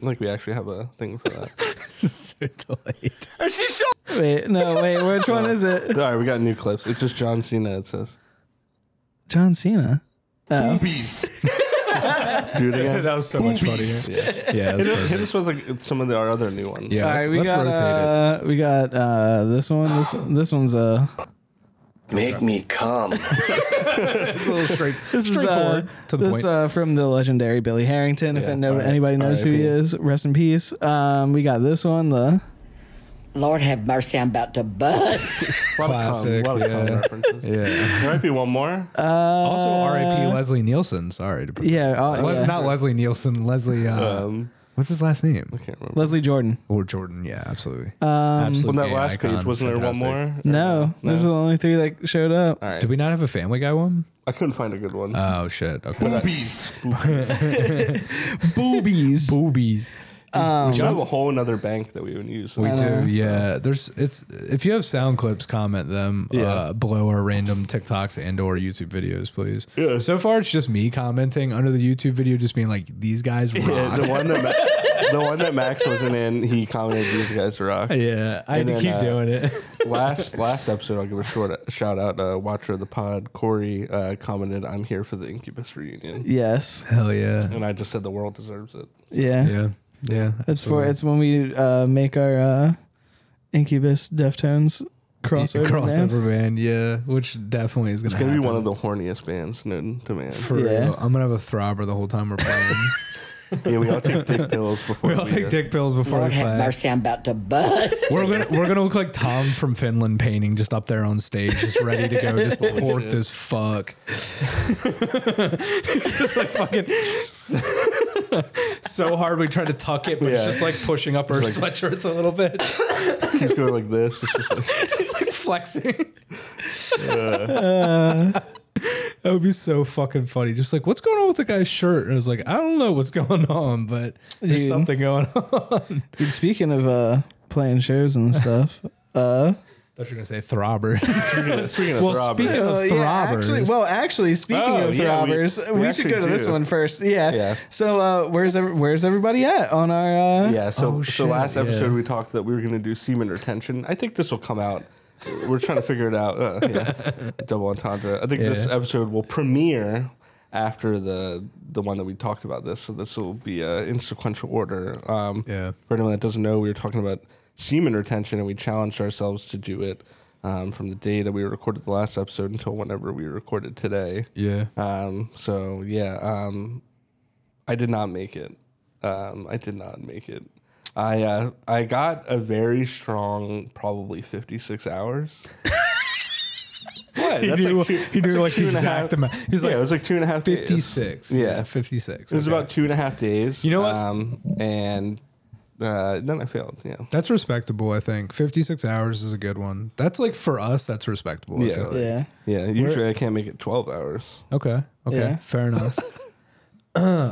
Like we actually have a thing for that. so delayed. Wait, no, wait. Which one is it? all right, we got new clips. It's just John Cena. It says, John Cena. "Do it again." That was so much Yeah. funnier. Yeah, that's Hit us- hit perfect. us with like some of the, our other new ones. yeah. All Let's, right, we let's got rotate it. uh, we got uh, this one. This one- this one's uh, Make me come. It's a little straight, this is uh, straightforward to the this point. uh from the legendary Billy Harrington. If Yeah, it no, all right. anybody knows who he R.I.P.. is, rest in peace. Um, we got this one. The Lord have mercy, I'm about to bust. A lot of cum, Classic, a lot of cum yeah. references. yeah. There might be one more. Also, R.I.P. Leslie Nielsen. Sorry to. Uh, yeah, uh, Les, yeah. Not Leslie Nielsen. Leslie. Uh, um, what's his last name? can't remember. Leslie Jordan. Or Jordan. Yeah, absolutely. Um, On Absolute that gay last icon, page, wasn't there one fantastic. more? No, Uh, those are the only three that showed up. All right. Did we not have a Family Guy one? I couldn't find a good one. Oh shit. Okay. uh, Boobies. Boobies. we should have a whole another bank that we would use. Um, We do, yeah. There's, it's if you have sound clips, comment them uh, below our random TikToks and or YouTube videos, please. Yeah. So far, it's just me commenting under the YouTube video, just being like, "These guys Yeah, rock." the one that Ma- the one that Max wasn't in, he commented, "These guys rock." Yeah, I And had then, to keep uh, doing it. Last last episode, I'll give a short shout out. Uh, watcher of the pod, Corey uh, commented, "I'm here for the Incubus reunion," Yes. Hell yeah, and I just said the world deserves it. Yeah. yeah, yeah. It's for it's when we uh, make our uh, Incubus Deftones crossover. crossover man. band, yeah, which definitely is gonna, It's gonna be happen. one of the horniest bands known to man. For Yeah. real. I'm gonna have a throbber the whole time we're playing. Yeah, we all take dick pills before we all take uh, dick pills before Lord we play. have mercy, I'm about to bust. We're gonna we're gonna look like Tom from Finland painting, just up there on stage, just ready to go, just torqued as fuck. just like fucking so, so hard we try to tuck it, but Yeah. it's just like pushing up our sweatshirts a little bit, Keeps going like this. It's just like, just like flexing. that would be so fucking funny. Just like, what's going on with the guy's shirt? And I was like, I don't know what's going on, but there's Dude. something going on. Dude, speaking of uh, playing shows and stuff. Uh, I thought you were gonna say throbber. speaking of well, throbbers. speaking of uh, throbbers, yeah, actually, well, actually, speaking Oh, of yeah, we- throbbers, we we, should actually go to this do. one first. Yeah. Yeah. So, uh, where's every, where's everybody at on our? Uh, Yeah, so so Oh, shit, last yeah. episode we talked that we were going to do semen retention. I think this will come out. We're trying to figure it out. Uh, yeah. Double entendre. I think this Yeah. episode will premiere after the the one that we talked about this. So this will be uh, in sequential order. Um, Yeah. For anyone that doesn't know, we were talking about semen retention, and we challenged ourselves to do it um, from the day that we recorded the last episode until whenever we recorded today. yeah. Um, so yeah, um, I did not make it. Um, I did not make it. I uh, I got a very strong, probably fifty six hours. what? he That's knew, two- he that's knew like, two the and a half- exact amount. He was yeah, like it was like two and a half. days. 56. Yeah. 56. It was okay. about two and a half days. You know what? Um, and uh, then I failed. Yeah. That's respectable, I think. 56 hours is a good one. That's like for us, that's respectable. I Yeah. feel like. Yeah. Yeah. Usually I can't make it twelve hours. Okay. Okay. Yeah. Fair enough. um,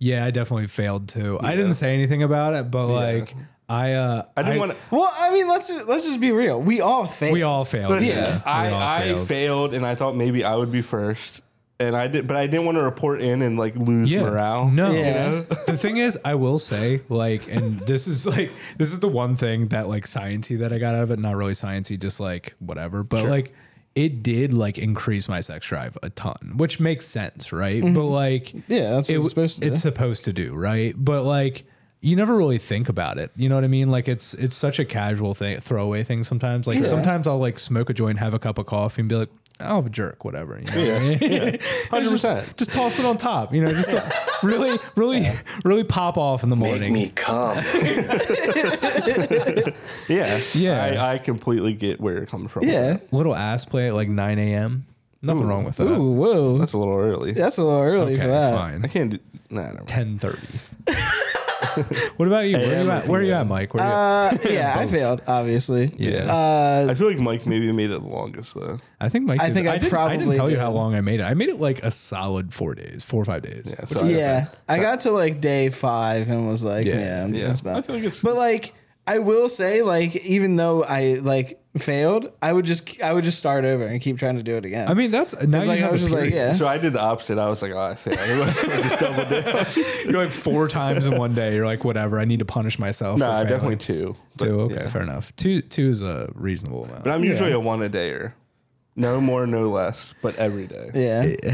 yeah, I definitely failed too. I didn't say anything about it, but like, I, uh, I didn't want to. Well, I mean, let's ju- let's just be real. We all fail. We all failed. Listen, yeah. We all I, I failed. and I thought maybe I would be first. And I did, but I didn't want to report in and like lose yeah. morale. No. Yeah. know? the thing is, I will say, like, and this is like this is the one thing that like sciency that I got out of it. Not really sciency, just like whatever. But like it did like increase my sex drive a ton, which Mm-hmm. makes sense, right? But like Yeah, that's what it it's w- supposed to do. It's supposed to do, right? But like you never really think about it. You know what I mean? Like it's it's such a casual thing, throwaway thing sometimes. Like sometimes I'll like smoke a joint, have a cup of coffee, and be like, I'll have a jerk, whatever. You know? Hundred percent. Just, just toss it on top. You know, just to- really, really, really pop off in the Make morning. me come. Yeah. Yeah. I, I completely get where you're coming from. Yeah. Little ass play at like 9 a.m. Nothing wrong with that. Ooh, whoa. That's a little early. That's a little early okay, for that. I fine. can't do. Nah, never mind. 10:30. what about you? Where are you at? Where are you at, Mike? Where are you at? Uh, yeah, I failed, obviously. Uh, Yeah. I feel like Mike maybe made it the longest though. I think Mike. I did- think I didn't, I didn't probably tell you did. how long I made it. I made it like a solid four days, four or five days. Yeah. Sorry. Yeah, I got to like day five and was like, Oh, Yeah, yeah, I'm- yeah. that's about. I feel like it's- but like, I will say, like, even though I like failed, I would just, I would just start over and keep trying to do it again. I mean, that's now It's you like have I was a just like, period. yeah, So I did the opposite. I was like, oh, I failed. I must have just doubled down. You're like four times in one day. You're like, whatever. I need to punish myself. Nah, for failing. definitely two. But, two. Okay, yeah. fair enough. Two, two is a reasonable amount. But I'm usually a one a dayer. No more, no less, but every day. yeah.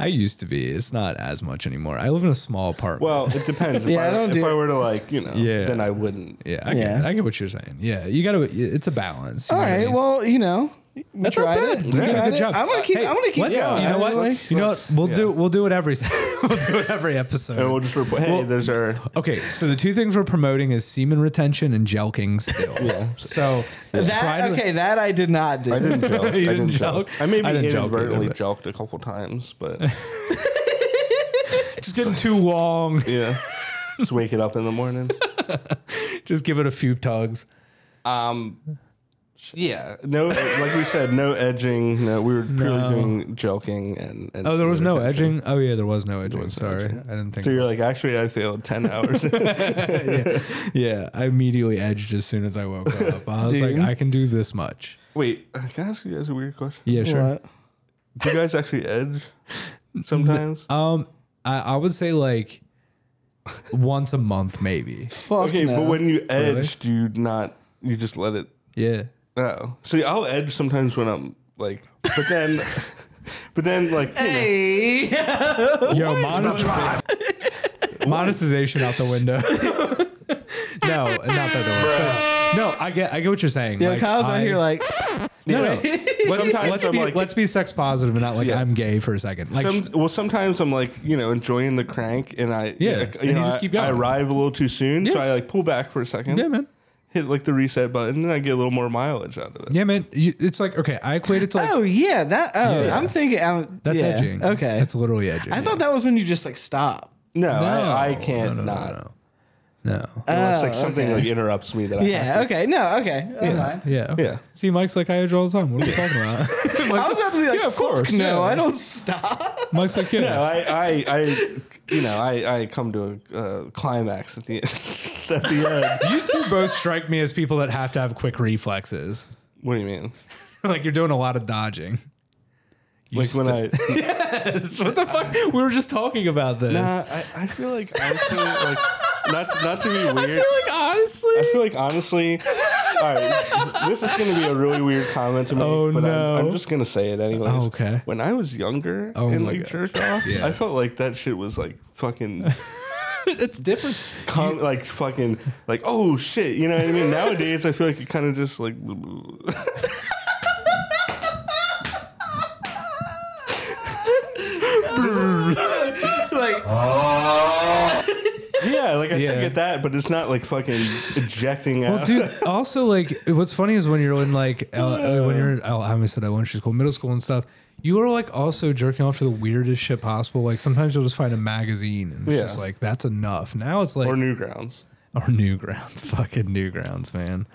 I used to be. It's not as much anymore. I live in a small apartment. Well, it depends. If, Yeah, I, I don't if do- I were to like, you know, Yeah. then I wouldn't. yeah, I, Get, Yeah. I get what you're saying. Yeah, you got to. It's a balance. you All know what I right, mean? well, you know, we That's tried not it. bad. We You did a tried good it. job. I'm gonna keep. Hey, I'm gonna keep let's- going. You know what? Let's- you know let's- what? We'll yeah. do. We'll do it every. we'll do it every episode. And we'll just report, hey, there's our. Okay, so the two things we're promoting is semen retention and jelking still. So try That to- okay? That I did not do. I didn't joke. I didn't didn't joke. joke? I maybe I didn't joke either, inadvertently but- joked a couple times, but just getting too long. yeah. just wake it up in the morning. Just give it a few tugs. Yeah. No, like we said, no edging. No, we were purely No. doing joking and. and Oh, there was no retention. edging. Oh yeah, there was no edging. Sorry, I didn't think. So you're like, actually, I failed 10 hours. yeah, I immediately edged as soon as I woke up. I was like, Dude. I can do this much. Wait, can I ask you guys a weird question? Yeah, sure. What? Do you guys actually edge sometimes? Um, I, I would say like once a month, maybe. Fuck okay, no. but when you edge, do you not, you just let it Yeah. Oh, see, I'll edge sometimes when I'm like, but then, but then like, you know, Hey. Yo, monetization, monetization out the window. no, not that the window. No, I get, I get what you're saying. Yo, Kyle's out here like, no, no. Let's, Sometimes let's I'm be, like- let's be sex positive and not like Yeah. I'm gay for a second. Like, some, well, sometimes I'm like, you know, enjoying the crank, and I, Yeah, like, and you just I- keep going. I arrive a little too soon, so Yeah. I like pull back for a second, yeah, man. hit like the reset button, and I get a little more mileage out of it. Yeah, man. You, it's like okay, I equate it to like oh yeah, that. Oh, Yeah. I'm thinking. I'm, that's yeah, edging. Okay, that's literally edging. I thought that was when you just like stop. No, No, I, I can't no, no, not. No, no, no. Uh, Unless like something like interrupts me that I have Yeah. Okay. No. Okay. never mind. Yeah. Yeah. See, Mike's like I edge all the time. What are we talking about? I was about to be like, Yeah, of "Fuck course, No, yeah." I don't stop. Mike's like, yeah. No, I, I, I, you know, I, I come to a uh, climax at the end. at the end. you two both strike me as people that have to have quick reflexes. What do you mean? like you're doing a lot of dodging. You Like when st- I. what the fuck? We were just talking about this. Nah, I, uh, I feel like honestly, like not not to be I weird. feel like honestly, I feel like honestly, all right, this is gonna be a really weird comment to make, Oh, but no. I'm, I'm just gonna say it anyways. Oh, okay. When I was younger Oh, and my like gosh. jerked off, Yeah. I felt like that shit was like fucking, it's different. com- like fucking, like oh shit, you know what I mean? Nowadays, I feel like it kind of just like. like, Yeah, like I Yeah. still get that, but it's not like fucking ejecting Well, out. dude. Also, like, what's funny is when you're in like L- uh, when you're in, oh, I almost said elementary school, middle school, and stuff. You are like also jerking off to the weirdest shit possible. Like sometimes you'll just find a magazine and it's Yeah. just like that's enough. Now it's like or Newgrounds. or Newgrounds, fucking Newgrounds, man.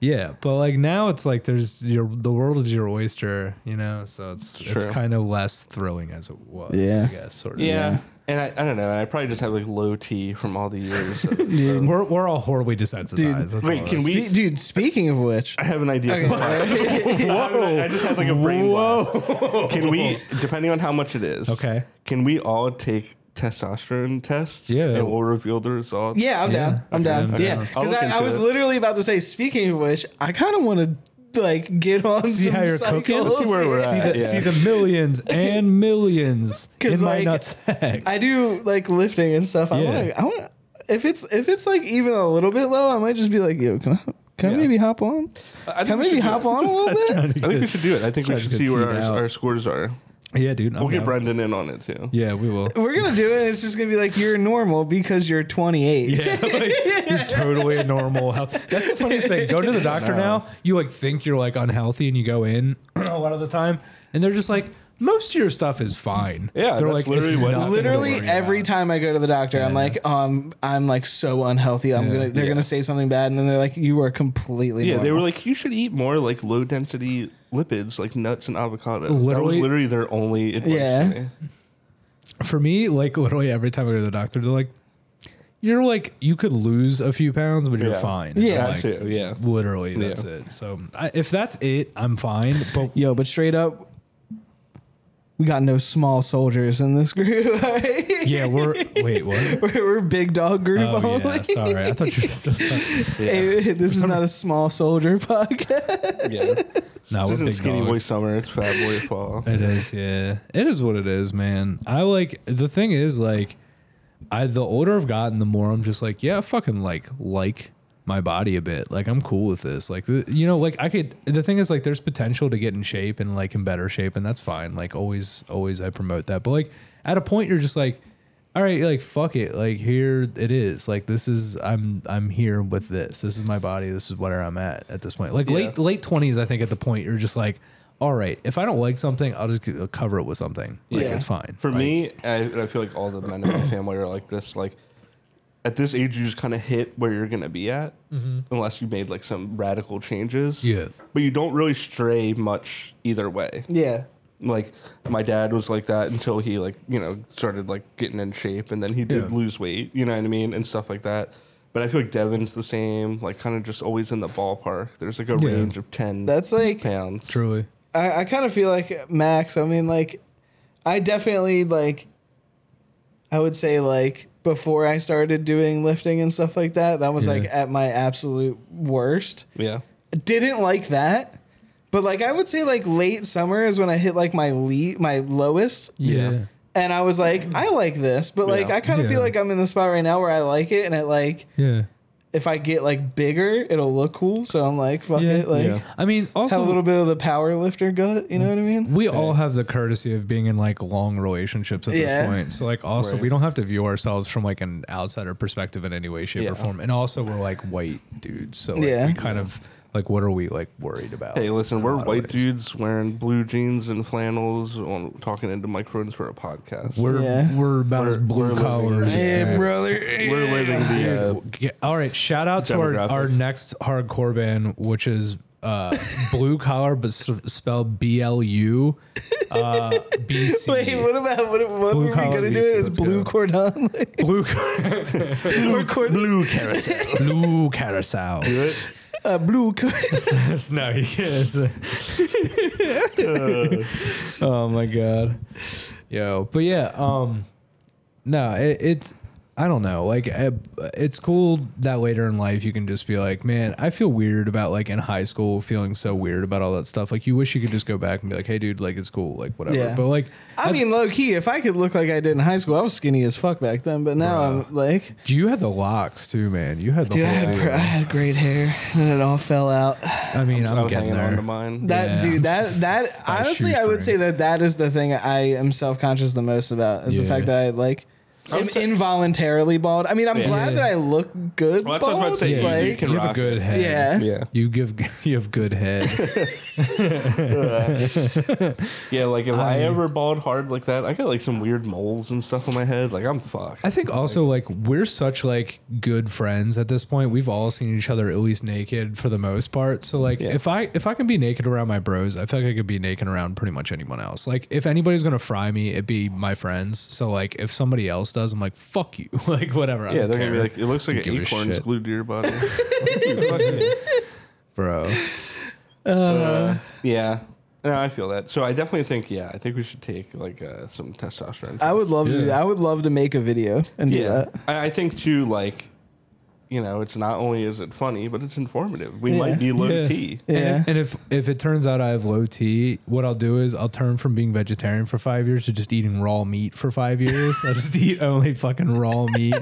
Yeah, but like now it's like there's your the world is your oyster, you know. So it's it's True. kind of less thrilling as it was, Yeah. I guess, sort of. Yeah. And I, I don't know. I probably just have like low T from all the years. Of, of- we're we're all horribly desensitized. Dude, That's wait, all can it we? See, dude. Speaking of which, I have an idea. Okay, for that. I, just had like a brain blast. Can we, depending on how much it is, Okay. Can we all take testosterone tests? Yeah. and we'll reveal the results. yeah, I'm Yeah. down. I'm down. Okay. Yeah, Okay. I'll because look I, I into was it. literally about to say. Speaking of which, I kind of want to like get on. See some how you're cycles. cooking? Let's see where we're See at. the, Yeah. see the millions and millions 'Cause, in my like, nutsack. I do like lifting and stuff. I Yeah. want to. I want. if it's if it's like even a little bit low, I might just be like, yo, can I can I Yeah. maybe hop on? I think Can I we maybe should do hop it. on a little bit? I think we should do it. I think we Try to should get see where our, teed out. our scores are. yeah, dude. I'm We'll get down. Brendan in on it too. Yeah, we will. We're gonna do it. It's just gonna be like you're normal because you're 28. Yeah, like, you're totally a normal health. That's the funniest thing. Go to the doctor now. You like think you're like unhealthy, and you go in a lot of the time, and they're just like, most of your stuff is fine. Yeah, they're that's like, literally it's what- nothing to Literally worry every about. time I go to the doctor, I'm like, um, I'm like so unhealthy. I'm gonna they're gonna say something bad, and then they're like, you are completely. Yeah, they were normal. like, you should eat more like low density lipids, like nuts and avocados. that was Literally- literally their only advice. Yeah. To me. for me, like literally every time I go to the doctor, they're like, you're like, you could lose a few pounds, but you're Yeah. fine. Yeah. That Like, too. Yeah. Literally, that's Yeah. it. So I, if that's it, I'm fine. But yo, but straight up, we got no small soldiers in this group. alright? yeah, we're wait, what? we're, we're big dog group Oh only. yeah, sorry. I thought you were still. Hey, this is not a small soldier podcast. Yeah. No, This we're isn't big skinny boy dogs. summer. It's fat boy fall. It is, yeah. It is what it is, man. I like the thing is like I the older I've gotten, the more I'm just like, yeah, I fucking like like my body a bit. Like I'm cool with this. Like th- you know, like I could the thing is like there's potential to get in shape and like in better shape and that's fine. Like always always I promote that. But like at a point you're just like all right, like fuck it. Like here it is. Like this is I'm I'm here with this. This is my body. This is where I'm at at this point. Like late late 20s I think at the point you're just like all right, if I don't like something, I'll just c- cover it with something. Like Yeah. it's fine. For Like, me, I, I feel like all the men in my family are like this. Like, at this age, you just kind of hit where you're gonna be at, Mm-hmm. unless you made like some radical changes. Yeah. But you don't really stray much either way. yeah. Like my dad was like that until he like you know started like getting in shape, and then he did Yeah. lose weight. You know what I mean, and stuff like that. But I feel like Devin's the same. Like, kind of just always in the ballpark. There's like a Yeah. range of ten. That's like pounds. truly. I, I kind of feel like Max. I mean, like, I definitely like. I would say like before I started doing lifting and stuff like that, that was Yeah. like at my absolute worst. Yeah. Didn't like that, but like I would say like late summer is when I hit like my le- my lowest, Yeah. Yeah. and I was like, I like this, but like Yeah. I kind of Yeah. feel like I'm in the spot right now where I like it, and it like Yeah. if I get like bigger, it'll look cool. So I'm like, fuck Yeah. Mm. it, like. Yeah. I mean, also Have a little bit of the power lifter gut, you know what I mean? we all have the courtesy of being in like long relationships at Yeah. this point. So like also Right. we don't have to view ourselves from like an outsider perspective in any way, shape, Yeah. or form. And also we're like white dudes. So like Yeah. we kind of like what are we like worried about? Hey, listen, in a we're lot of white ways? dudes wearing blue jeans and flannels on talking into microphones for a podcast. We're Yeah. we're about We're- as blue we're living collar as it. it Hey, gets. brother. We're living the uh, G- All right, shout out to our, Demographic. our next hardcore band, which is uh, blue collar, but s- spelled B L U uh, B C. Wait, what about what? What Blue were we collar gonna do? music, Is let's blue go. cordon? Like, blue, ca- blue cordon? blue carousel. blue carousel? Uh, blue cordon. no, he is. oh my god, yo, but yeah, um, no, it, it's I don't know, like I, it's cool that later in life you can just be like, man, I feel weird about like in high school feeling so weird about all that stuff. Like you wish you could just go back and be like, hey, dude, like it's cool, like whatever. Yeah. But like, I mean, low key. If I could look like I did in high school, I was skinny as fuck back then. But now I'm like, you had the locks too, man. You had the dude, I whole. had, deal. gr- I had great hair, and it all fell out. I mean, I'm, I'm hanging getting there. on to mine. That Yeah. dude, that that By honestly, I would shoestring. say that that is the thing I am self conscious the most about is the Yeah. fact that I like. I'm involuntarily bald. I mean, I'm Yeah. glad that I look good. Well, that's bald, what I was about to say. Yeah. You like- can you have a rock good it. head. Yeah. yeah, You give you have good head. yeah. Like if I, Um, ever bald hard like that, I got like some weird moles and stuff on my head. Like I'm fucked. I think also like, we're such like good friends at this point. We've all seen each other at least naked for the most part. So like Yeah. if I if I can be naked around my bros, I feel like I could be naked around pretty much anyone else. Like if anybody's gonna fry me, it'd be my friends. So like if somebody else does, I'm like fuck you, like whatever. I yeah, don't they're gonna be care. like, it looks like Give an a acorn's shit. glued to your body. bro. Uh, Uh, yeah. No, I feel that. So I definitely think, yeah, I think we should take like uh, some testosterone. I would love to. Yeah. I would love to make a video and do Yeah, that. I, I think too. Like, you know, it's not only is it funny, but it's informative. We might be low Yeah. T. Yeah. And, if, and if if it turns out I have low T, what I'll do is I'll turn from being vegetarian for five years to just eating raw meat for five years. I just eat only fucking raw meat.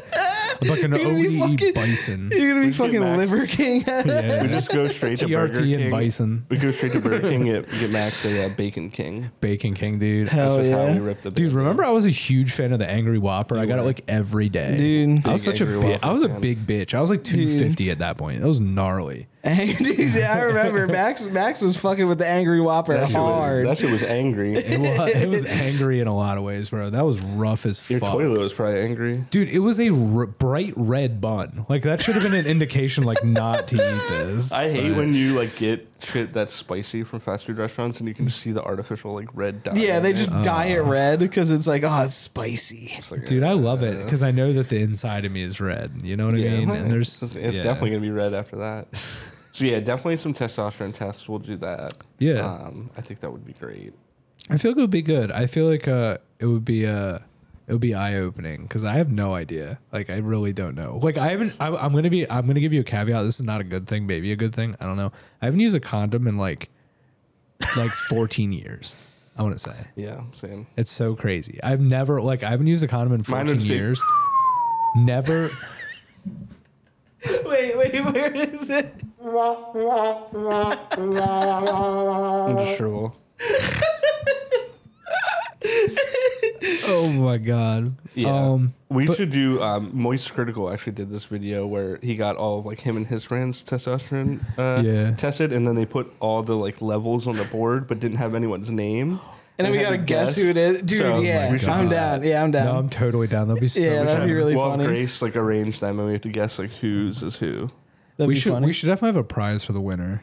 like an You're gonna be ODE fucking- bison. You're gonna be get fucking Max. Liver King. We Yeah. just go straight to Burger TRT King. and bison. We go straight to Burger King. Get, get Max a uh, Bacon King. Bacon King, dude. Hell That's how we yeah, rip the Oh, Dude, band. remember I was a huge fan of the Angry Whopper. I got it were. like every day. dude. I was Big such a Angry bi- Whopper I was a fan. big bitch. I was like 250 at that point. It was gnarly. dude, I remember Max. Max was fucking with the Angry Whopper That shit, was, hard. that shit was angry. It was, it was angry in a lot of ways, bro. That was rough as Your fuck. toilet was probably angry. Dude, it was a r- bright red bun. Like that should have been an indication, like not to eat this. I hate but- when you like get shit that's spicy from fast food restaurants and you can just see the artificial like red dye. yeah, they in it. just dye it red because it's like, oh, it's spicy. It's like, Dude, uh, I love it because I know that the inside of me is red. You know what I mean? And there's it's, it's yeah. definitely gonna be red after that. so yeah, definitely some testosterone tests. We'll do that. Yeah. um, I think that would be great. I feel like it would be good. I feel like uh, it would be uh, it would be eye opening because I have no idea. Like I really don't know. Like I haven't. I, I'm gonna be. I'm gonna give you a caveat. This is not a good thing. Maybe a good thing. I don't know. I haven't used a condom in like like 14 years. I want to say Yeah, same. it's so crazy. I've never like I haven't used a condom in Mine would 14 just be- years. Never. Wait, wait, where is it? Uh, I'm just sure. we'll- oh my god. Yeah. Um. we should do. Um, Moist Critical actually did this video where he got all of, like him and his friends testosterone uh, Yeah. tested, and then they put all the like levels on the board, but didn't have anyone's name. And then we had gotta to guess who it is, dude. So, yeah, we should I'm do down. Yeah, I'm down. No, I'm totally down. That'll be so. Yeah, much that'd be fun. really we'll have funny. Grace like arrange them, and we have to guess like whose is who. That'd we be should funny. we should definitely have a prize for the winner.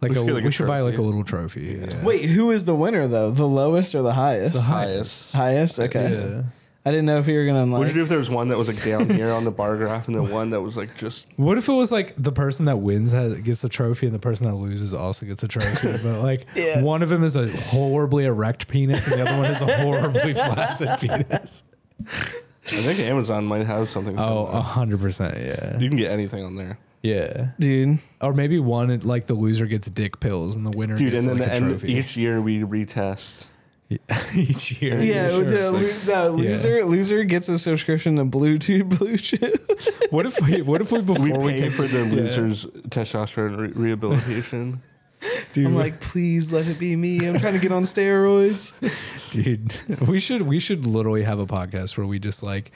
Like We we should a, get, like, we a should buy like a trophy. little trophy. Yeah. Wait, who is the winner though? The lowest or the highest? Highest. highest. Okay. Yeah. I didn't know if you were gonna like. What'd you do if there was one that was like down here on the bar graph, and the one that was like just What if it was like the person that wins has, gets a trophy and the person that loses also gets a trophy, but like Yeah. one of them is a horribly erect penis and the other one is a horribly flaccid penis. I think Amazon might have something. Oh, Similar. a hundred percent, yeah, you can get anything on there, yeah. dude? Or maybe one it- like the loser gets dick pills and the winner dude. gets And then like the a end trophy each year we retest. each year. Yeah, sure. the, lo- the loser loser gets a subscription to Bluetooth Blue Chip. What if we? What if we before We we, pay take for the losers' testosterone re- rehabilitation. dude, I'm like, please let it be me. I'm trying to get on steroids. dude we should we should literally have a podcast where we just like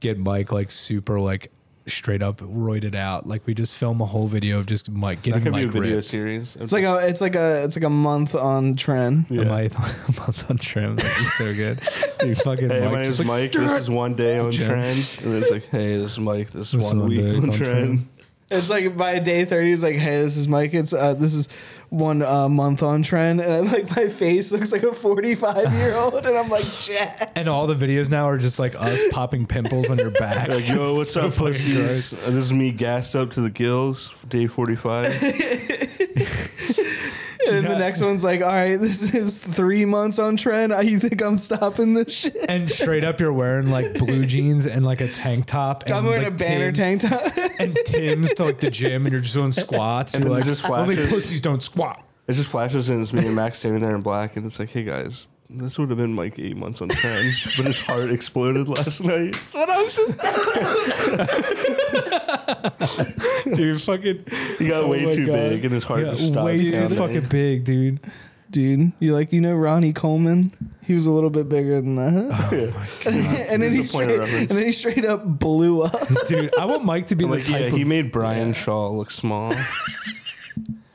get mike like super like straight up roided out like we just film a whole video of just that mike getting could be a mike video ripped series. It's like a it's like a it's like a month on trend. a month, a month on trim that'd be so good dude fucking Hey, mike, my name's just like, Mike. This is one day on Jim. trend, and then it's like, hey, this is Mike. This is This one, week on, trend. It's like by day thirty, it's like, hey, this is Mike. It's uh, this is one uh, month on trend, and I'm like my face looks like a forty-five year old, and I'm like, Jack. and all the videos now are just like us popping pimples on your back Like, yo, what's So up, fucking pussies? gross. Uh, This is me gassed up to the gills, day forty-five. And the next one's like, all right, this is three months on trend. Uh, You think I'm stopping this shit? and straight up you're wearing like blue jeans and like a tank top and I'm wearing like, a banner Tim- tank top. and Tim's to like the gym and you're just doing squats and, And you're then like it just only flashes. pussies don't squat It just flashes in. It's me and Max standing there in black, and it's like, hey guys, this would have been like eight months on trend, but his heart exploded last night. That's what I was just. dude fucking He got Oh my way too God. big, and his heart Yeah, just stopped. way too down there. fucking big, dude. Dude, you like you know Ronnie Coleman? He was a little bit bigger than Oh, that. Yeah. and then he There's a point straight, and of reference. then he straight up blew up. Dude, I want Mike to be I'm the like, type yeah, of, he made Brian Shaw look small.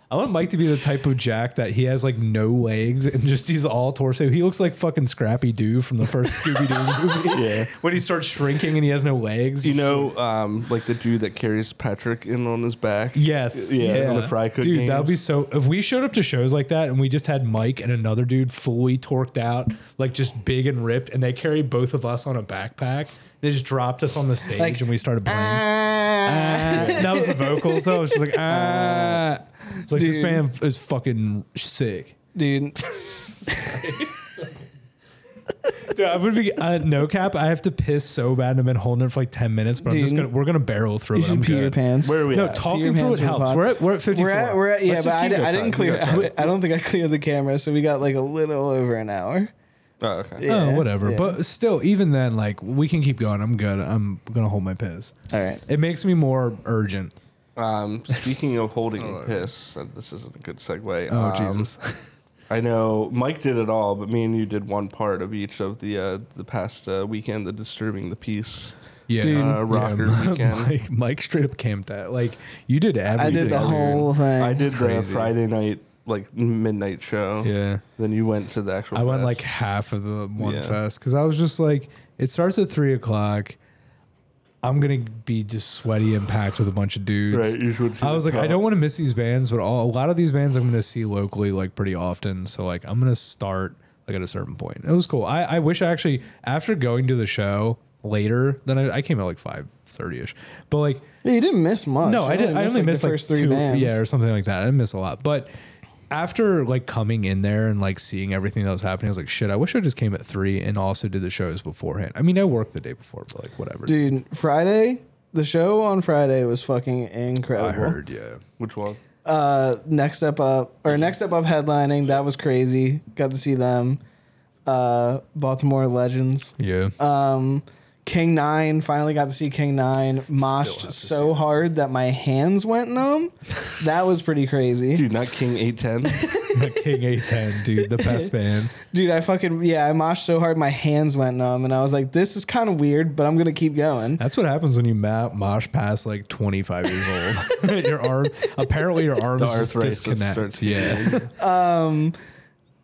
I want Mike to be the type of Jack that he has like no legs and just he's all torso. He looks like fucking Scrappy Doo from the first Scooby Doo movie. yeah. When he starts shrinking and he has no legs, You know, um, like the dude that carries Patrick in on his back. Yes. Yeah. On the fry cook Dude, that games. would be so. If we showed up to shows like that and we just had Mike and another dude fully torqued out, like just big and ripped, and they carried both of us on a backpack, they just dropped us on the stage Like, and we started playing. Uh, Ah. that was the vocals. So I was just like, ah. It's like this Dude. band is fucking sick. Dude, Dude, I would be uh, no cap. I have to piss so bad. and I've been holding it for like ten minutes, but I'm just Dude. gonna we're gonna barrel through you it. I'm should pee your good. pants. Where are we No, at? talking Pee your through pants it in the helps. pod. We're at we're at fifty We're at, we're at yeah, but I, di- I didn't clear. it. I, I don't think I cleared the camera, so we got like a little over an hour. Oh, okay. Yeah, oh, whatever. yeah. But still, even then, like we can keep going. I'm good. I'm gonna hold my piss. All right. It makes me more urgent. Um, speaking of holding piss, and this isn't a good segue. Oh um, Jesus. I know Mike did it all, but me and you did one part of each of the uh, the past uh, weekend, the disturbing the peace. Yeah, Dude. Uh, rocker weekend. Mike, Mike straight up camped out. Like you did I everything. did the dude. whole thing. I did crazy. the Friday night like midnight show. Yeah. Then you went to the actual. I went fest. like half of the one Yeah. fest because I was just like, it starts at three o'clock. I'm gonna be just sweaty and packed with a bunch of dudes. Right, you should see I the was like, I crowd. don't want to miss these bands, but all, a lot of these bands I'm gonna see locally like pretty often. So like, I'm gonna start like at a certain point. It was cool. I, I wish I actually after going to the show later, then I, I came out like five thirty ish, but like Yeah, you didn't miss much. no, You I did. I missed, only the missed like first three two, bands. yeah, or something like that. I didn't miss a lot, but after like coming in there and like seeing everything that was happening, I was like, shit. I wish I just came at three and also did the shows beforehand. I mean, I worked the day before, but like whatever. dude. Friday, the show on Friday was fucking incredible. I heard, yeah. which one? Uh, next step up or next step up headlining. That was crazy. Got to see them. Uh, Baltimore Legends. Yeah. Um, King Nine finally got to see King Nine. have Moshed to so hard that my hands went numb. that was pretty crazy. Dude, not King eight ten. King A10, dude, the best band. Dude, I fucking yeah, I moshed so hard my hands went numb, and I was like, "This is kind of weird, but I'm gonna keep going." That's what happens when you ma- mosh past like 25 years old. your arm, apparently, your arms The just arthritis disconnect. starts- Yeah.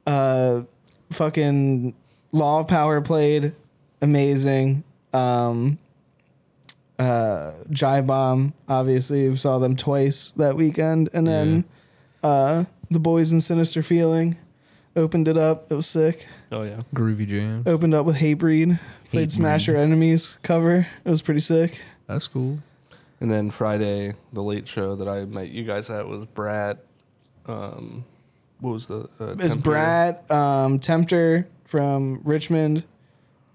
Uh, fucking Law of Power played, amazing. Um, uh, Jive Bomb, obviously, we saw them twice that weekend, and then uh, the boys in Sinister Feeling opened it up. It was sick. Oh yeah. Groovy jam. Opened up with Hatebreed, played Smash Your Enemies cover. It was pretty sick. That's cool. And then Friday, the late show that I met you guys at was Brad. Um, what was the? Uh, It's Tempe? Brad um, Tempter from Richmond.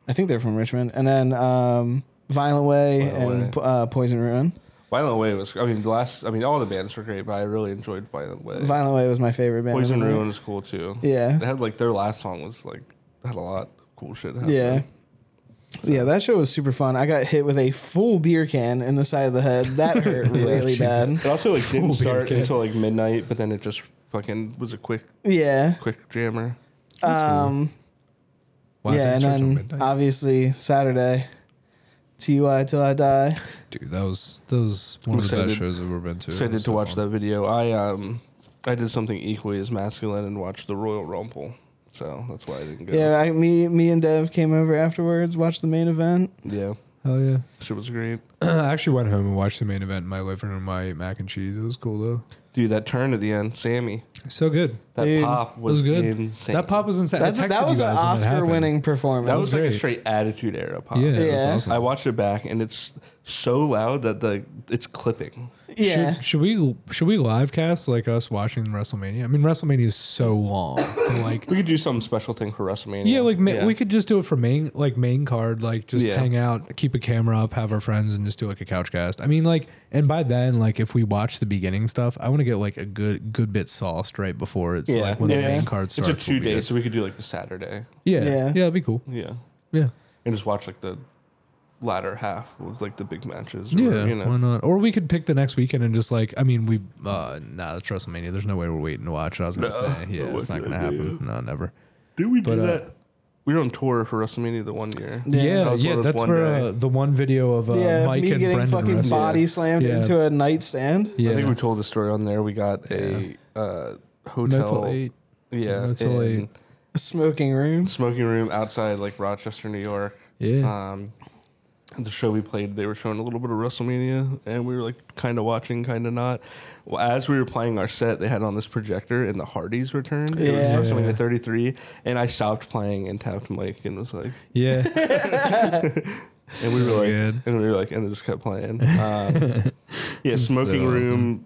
I think they're from Richmond, and then um, Violent Way Violent Way. and Uh, Poison Ruin. Violent Way was. I mean, the last. I mean, all the bands were great, but I really enjoyed Violent Way. Violent Way was my favorite band. Poison Ruin was cool too. Yeah. They had like their last song was like had a lot of cool shit. Happening. Yeah. Yeah, that show was super fun. I got hit with a full beer can in the side of the head. That hurt really Jesus. bad. It also like Full didn't start beer can. until like midnight, but then it just fucking was a quick Yeah. quick jammer. Um, Wow, yeah, they and start till then midnight. obviously Saturday, TY till I die. Dude, that was that was one of the excited- best shows I've ever been to. It Excited was to so watch fun. that video. I um I did something equally as masculine and watched the Royal Rumble. So that's why I didn't go. Yeah, I, me, me and Dev came over afterwards, watched the main event. Yeah. Hell yeah. Shit was great. I actually went home and watched the main event in my living room. I ate mac and cheese. It was cool though. Dude, that turn at the end, Sammy. So good. That Dude, pop It was, was, good. insane. That pop was insane. I That's, texted that you was an guys when it Oscar happened. winning performance. That was, like great. a straight attitude era pop. Yeah, it was Yeah. awesome. I watched it back and it's so loud that the it's clipping. yeah. Should, should we should we live cast like us watching WrestleMania? I mean, WrestleMania is so long. But, like, We could do some special thing for WrestleMania. yeah, like ma- we could just do it for main like main card. Like, just Yeah. hang out, keep a camera up, have our friends, and just do like a couch cast. I mean, like, and by then, like, if we watch the beginning stuff, I want to get like a good good bit sauced right before it's Yeah, like when the main card starts. It's a will two be day, good. so we could do like the Saturday. Yeah. Yeah, yeah, that'd be cool. Yeah, Yeah. and just watch like the latter half of like the big matches. Or, Yeah, you know. why not? Or we could pick the next weekend and just like, I mean, we, uh, nah, that's WrestleMania. There's no way we're waiting to watch. it. I was gonna say, yeah, no it's not way, gonna happen. No, never. Did we do But, uh, that? We were on tour for WrestleMania the one year. That Yeah, was one yeah, of those that's one where day. uh, the one video of uh, yeah, Mike me and getting Brendan. fucking wrestled. body slammed Yeah. into a nightstand. yeah, I think we told the story on there. We got a uh, hotel, No till eight. yeah, No till in eight. A smoking room. smoking room outside like Rochester, New York. Yeah. Um, the show we played, they were showing a little bit of WrestleMania, and we were like kind of watching, kind of not. Well, as we were playing our set, they had on this projector, and the Hardys returned. It Yeah. was WrestleMania 33, and I stopped playing and tapped Mike and was like, yeah. and we were like, good. and we were like, and they just kept playing. Um, yeah, smoking so awesome. room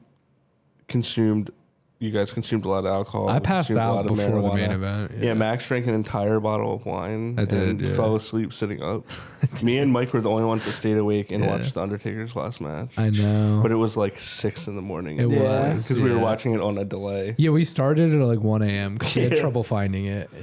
consumed you guys consumed a lot of alcohol. I passed consumed a out lot of before the main marijuana. event, Yeah. yeah. Max drank an entire bottle of wine I did, and yeah. fell asleep sitting up. Me and Mike were the only ones that stayed awake and watched the Undertaker's last match. I know. But it was like six in the morning. It Yeah. was because we were yeah. watching it on a delay, Yeah, we started at like 1 a.m. because we had Yeah. trouble finding it. It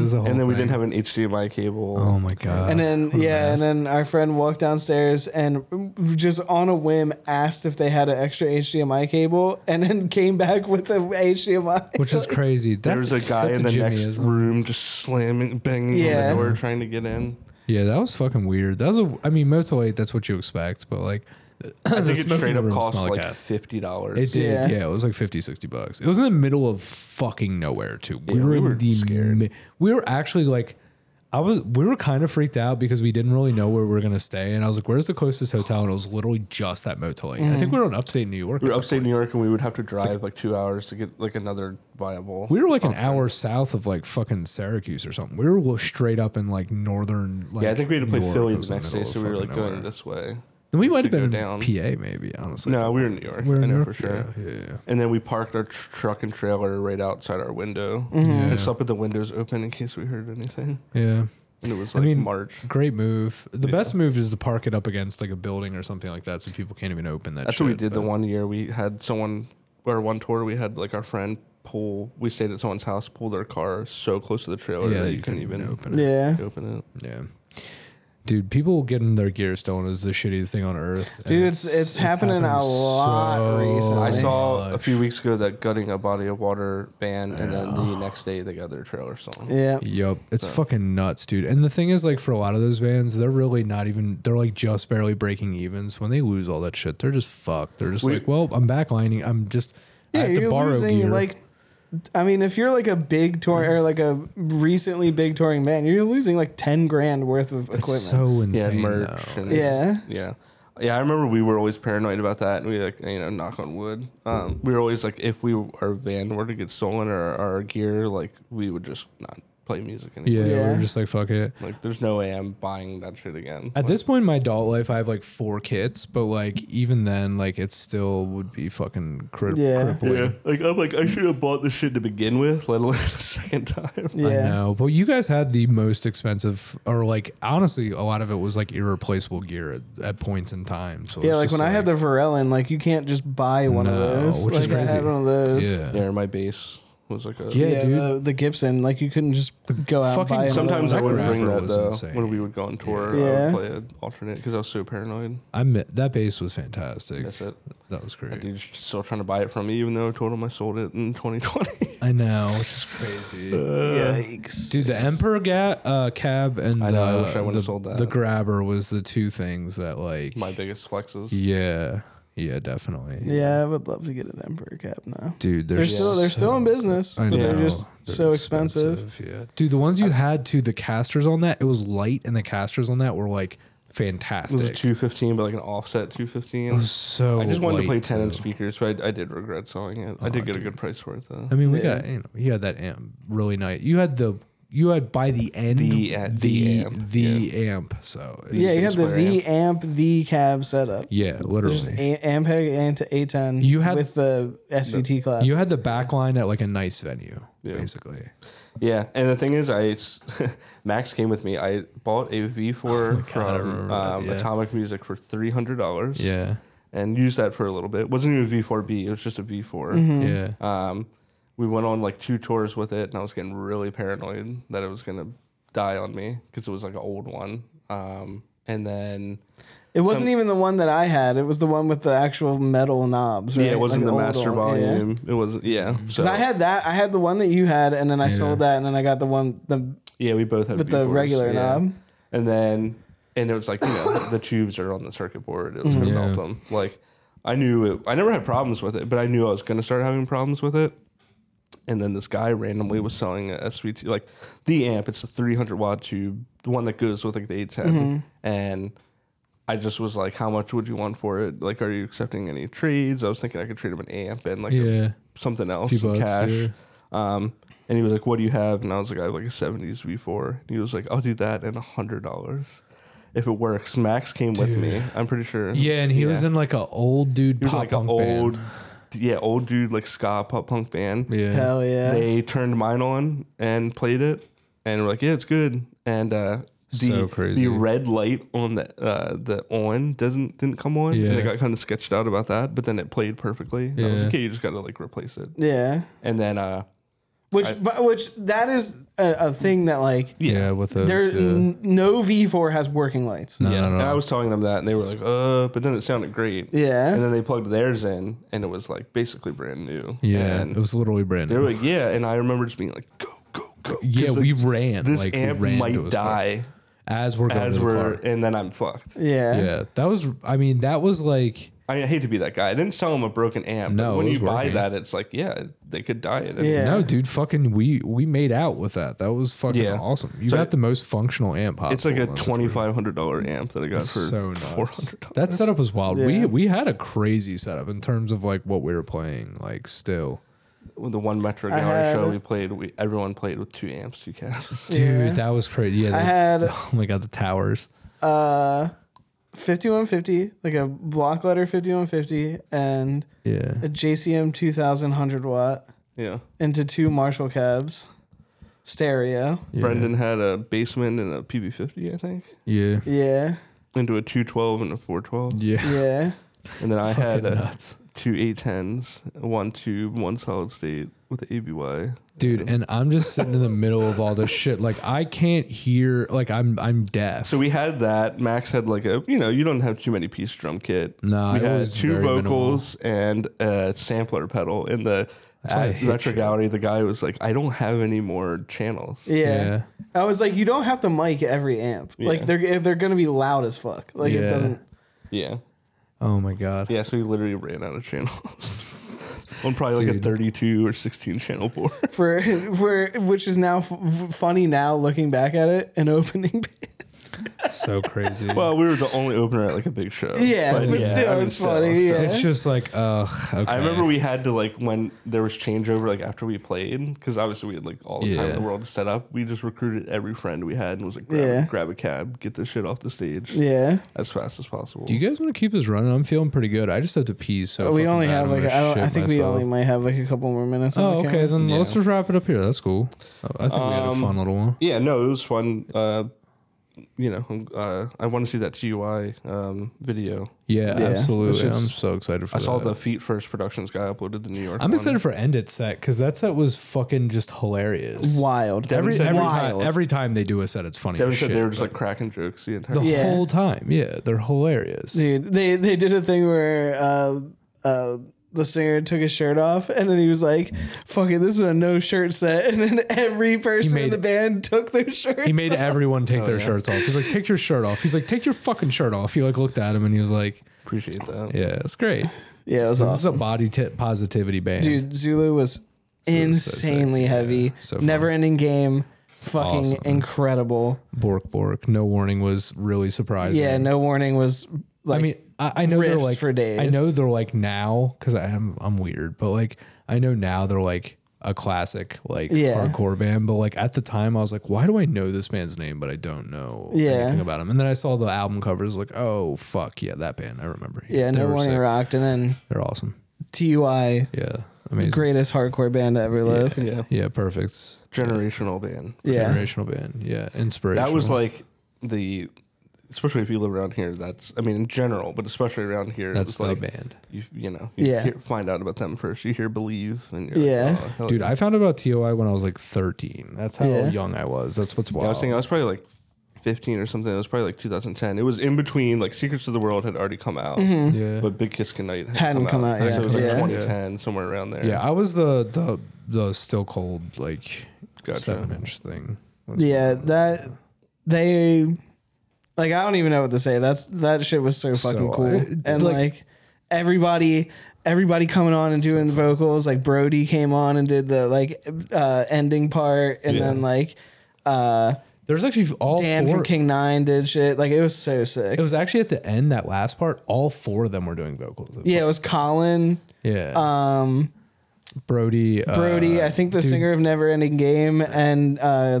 was a whole and then we thing. didn't have an HDMI cable. Oh my god! And then yeah, and then our friend walked downstairs and just on a whim asked if they had an extra HDMI cable, and then came back with a HDMI. which is crazy. There That's- was a guy that's in the next Jimmyism. room just slamming, banging on Yeah. the door, trying to get in. Yeah, that was fucking weird. That was a. I mean, most of the way, that's what you expect, but like, I think it smoking straight up room cost smelled like gas. fifty dollars. It did. Yeah. Yeah. it was like 50, 60 bucks. It was in the middle of fucking nowhere too. We Yeah, were, we in were the scared. mi- we were actually like, I was. We were kind of freaked out because we didn't really know where we were gonna stay, and I was like, "Where's the closest hotel?" And it was literally just that Motel Eight. I think we were in upstate New York. We were at that upstate point. New York, and we would have to drive like, two hours to get like another viable. We were like an hour south of like fucking Syracuse or something. We were lo- straight up in like northern. Like yeah, I think we had to play New York. Philly It was the next day, middle so of we were fucking like going nowhere. this way. And we might have to been in go down. PA, maybe. Honestly, No, we were in New York. We were I in know New York. for sure. Yeah, yeah, yeah. And then we parked our tr- truck and trailer right outside our window Mm-hmm. and slept with the windows open in case we heard anything. yeah. And it was like mean, March. Great move. The best move is to park it up against like a building or something like that, so people can't even open that. That's shit, what we did the but- one year. We had someone, or one tour, we had like our friend pull, we stayed at someone's house, pull their car so close to the trailer Yeah, that you, you couldn't even open it. Yeah, open it. Yeah. Dude, people getting their gear stolen is the shittiest thing on earth. and Dude, it's- it's happening a lot recently. I saw a much. few weeks ago that gutting a body of water ban, and then the next day they got their trailer stolen. yeah. Yup, it's fucking nuts, dude. And the thing is, like, for a lot of those bands, they're really not even. They're like just barely breaking even. So when they lose all that shit, they're just fucked. They're just We- like, well, I'm backlining. I'm just. I Yeah, have to you're borrow losing gear. like. I mean, if you're like a big tour or like a recently big touring band, you're losing like ten grand worth of equipment. it's so Yeah, insane. and merch. though. And it's- Yeah. yeah, yeah. I remember we were always paranoid about that, and we like you know knock on wood. Um, we were always like, if we our van were to get stolen or our gear, like we would just not play music yeah, anymore. yeah, Yeah. we're just like, fuck it. Like, there's no way I'm buying that shit again. At this point in my adult life, I have like four kids, but like even then, like it still would be fucking cri- Yeah. crippling. yeah, like I'm like I should have bought this shit to begin with, let alone the second time. yeah, I know, but you guys had the most expensive, or like honestly, a lot of it was like irreplaceable gear at, at points in time. So yeah. it's Like just when I had the Varelin, like you can't just buy one of No, those. which is Like, I had crazy. one of those. yeah, Yeah, my bass was like a Yeah, Yeah, dude. the, the Gibson, like you couldn't just go out and fucking- buy another one. Sometimes I That would bring grasper that was though insane. when we would go on tour. I Yeah. would play an alternate because I was so paranoid. I met that bass was fantastic. That's it. That was That great. dude's still trying to buy it from me, even though I told him I sold it in 2020. I know, which is crazy. Yikes. Dude, the Emperor ga- uh, cab and I know, I the- wish I would've the- sold that. The grabber was the two things that like, My biggest flexes. yeah, yeah, definitely. Yeah, I would love to get an Emperor cap now. Dude, They're still they're still in business, I but they're know. just They're so expensive. Yeah, dude, the ones you had to the casters on that, it was light, and the casters on that were like It was a fantastic. 215, but like an offset 215. so Oh, I just wanted to play light, 10 inch too. speakers, but I, I did regret selling it. I did get a good price for it though. I mean, we got you know, you had that amp really nice. You had the you had by the end The, uh, the amp, the amp. So it- Yeah, you had the things where the amp the cab setup. yeah, There's just literally. a- Ampeg and to A10 You had- with the SVT class. You had the back line at like a nice venue, Yeah. basically. Yeah, and the thing is, I s- Max came with me. I bought a V4 Oh I from remember that, um, yeah. Atomic Music for three hundred dollars. Yeah, and used that for a little bit. It wasn't even a V4B; it was just a V4. yeah. Um, we went on like two tours with it, and I was getting really paranoid that it was gonna die on me because it was like an old one. Um, and then it wasn't some- even the one that I had. It was the one with the actual metal knobs. Right? yeah, it wasn't Like the an old master one, yeah. volume. It wasn't yeah. So Cause I had that, I had the one that you had, and then I sold that, and then I got the one the yeah, we both had with the V4s, regular yeah. knob. And then and it was like you know the tubes are on the circuit board. It was gonna melt them. Like I knew it. I never had problems with it, but I knew I was gonna start having problems with it. and then this guy randomly was selling a SVT, like the amp. It's a 300 watt tube, the one that goes with like the Mm-hmm. 810. And I just was like, "How much would you want for it? Like, are you accepting any trades?" I was thinking I could trade him an amp and like a- Yeah. something else, Few some bucks, cash. yeah. Um, and he was like, "What do you have?" And I was like, "I have like a 70s V4." And he was like, "I'll do that and a hundred dollars." If it works, Max came with me. I'm pretty sure. Yeah, and he was in like a old dude He was pop like an punk old band. yeah, old dude like ska pop punk band. Yeah. Hell yeah. They turned mine on and played it, and were like, "Yeah, it's good." And uh, the So crazy. the red light on the uh, the on doesn't didn't come on. And Yeah. they got kind of sketched out about that, but then it played perfectly. And I was Yeah. like, "Okay, you just got to like replace it." yeah. And then uh, Which, but which that is a, a thing that like yeah. With those. there yeah. n- no V4 has working lights. no, yeah, no, no. and I was telling them that, and they were like, "Uh," but then it sounded great. Yeah. and then they plugged theirs in, and it was like basically brand new. yeah. and It was literally brand They new. were like, yeah, and I remember just being like, go, go, go. 'Cause, Yeah, like, we ran. This like, we amp ran to might his car. die as we're going as to the we're, car. and then I'm fucked. Yeah. Yeah, that was. I mean, that was like. I, hate to be that guy. I didn't sell him a broken amp. No, but it when was you buy working. that, it's like, yeah, they could die. At any- Yeah. No, dude, fucking we we made out with that. That was fucking Yeah. awesome. You So- got the most functional amp possible. It's like a That's twenty five hundred dollar amp that I got for so nuts. four hundred dollars. That setup was wild. Yeah. We we had a crazy setup in terms of like what we were playing. Like still, The one Metro I Gallery had- show we played, we everyone played with two amps, two cabs. dude, that was crazy. Yeah, I the- had- Oh my god, the towers. Uh, 5150, like a block letter 5150, and Yeah, a JCM 2000 100 watt Yeah. into two Marshall cabs, stereo. Brendan had a basement and a PB fifty, I think, yeah, Yeah. into a two twelve and a four twelve, yeah. Yeah. and then I had Fucking a nuts, two A10s, one tube, one solid state with the ABY. dude. And I'm just sitting in the middle of all this shit. Like I can't hear. Like I'm I'm deaf. So we had that. Max had like a, you know, you don't have too many piece drum kit. Nah, we it had was two very vocals and a sampler pedal. In the why I at hate retro you. gallery, the guy was like, "I don't have any more channels." Yeah. Yeah. I was like, you don't have to mic every amp. Yeah. Like they're if they're gonna be loud as fuck. Like it Yeah. doesn't. yeah, oh my god. yeah. So he literally ran out of channels on probably like Dude. a 32 or 16 channel board. for for which is now f- funny now looking back at it an opening band. So crazy. well, we were the only opener at like a big show. yeah but, still I mean, it's still, funny still. yeah It's just like, ugh. Okay. I remember we had to like when there was changeover like after we played because obviously we had like all the time in Yeah. the world to set up. We just recruited every friend we had and was like, grab, Yeah. grab a cab, get this shit off the stage yeah as fast as possible. Do you guys want to keep this running? I'm feeling pretty good. I just have to pee. So we fucking only bad. have I'm like gonna I, don't, I shit think we myself. only might have like a couple more minutes Oh, on the okay. camera. Um, Then let's just wrap it up here. That's cool. I think we had a fun little one. yeah, no, it was fun. Uh, you know, um, uh, I want to see that GUI um, video. Yeah, Yeah. absolutely. Let's I'm just- so excited for I that. saw the Feet First Productions guy uploaded the New York. I'm one. excited for End It set because that set was fucking just hilarious. wild Every said- every time, Wild. every time they do a set, it's funny. Devin as said shit, they were just but like cracking jokes the entire. the Yeah. whole time. Yeah, they're hilarious. dude they they did a thing where uh uh the singer took his shirt off and then he was like fuck it this is a no shirt set and then every person in made- the band took their shirt He made everyone take Oh, their shirts off. He's like, "Take your shirt off." He's like, "Take your fucking shirt off." He like looked at him and he was like, Appreciate that. "Yeah, it's great." yeah it was This is awesome a body t- positivity band. dude Zulu was insanely heavy so fun. never ending game fucking awesome. incredible Bork Bork. No warning was really surprising. Yeah, no warning was. Like, I mean, I, I know they're riffs like for days. I know they're like now because I'm I'm weird, but like I know now they're like a classic like Yeah. hardcore band. But like at the time, I was like, why do I know this band's name? But I don't know Yeah. anything about him. And then I saw the album covers, like, oh fuck, yeah, that band. I remember. yeah, They no were warning sick. rocked, and then They're awesome. TUI, Yeah, amazing. greatest hardcore band to ever live. Yeah, Yeah, perfect. generational band. Yeah, Generational band. Yeah, inspirational. That was like the, especially if you live around here. That's I mean in general, but especially around here. it that's the was like, band. You you know you Yeah. hear, find out about them first. You hear believe and you're Yeah. like, oh, hell Dude, yeah. I found out about TOI when I was like 13. That's how Yeah. young I was. That's what's wild. I was thinking I was probably like. 15 or something. It was probably like 2010. It was in between, like Secrets of the World had already come out, yeah. but Big Kiss Goodnight had Mm-hmm. Hadn't come out So yet, it was like yeah. 2010, somewhere around there. Yeah, I was the the the still cold like Gotcha. seven inch thing. yeah, that they, like, I don't even know what to say. That's that shit was so So, fucking cool, uh, and like, like- everybody. Everybody coming on and doing vocals, like Brody came on and did the like uh, ending part, and Yeah. then like uh, There's actually all Dan four. from King Nine did shit. Like it was so sick. It was actually at the end that last part. All four of them were doing vocals. yeah, it was Colin, yeah. um, Brody. uh, Brody, I think the dude, singer of Never Ending Game, and uh,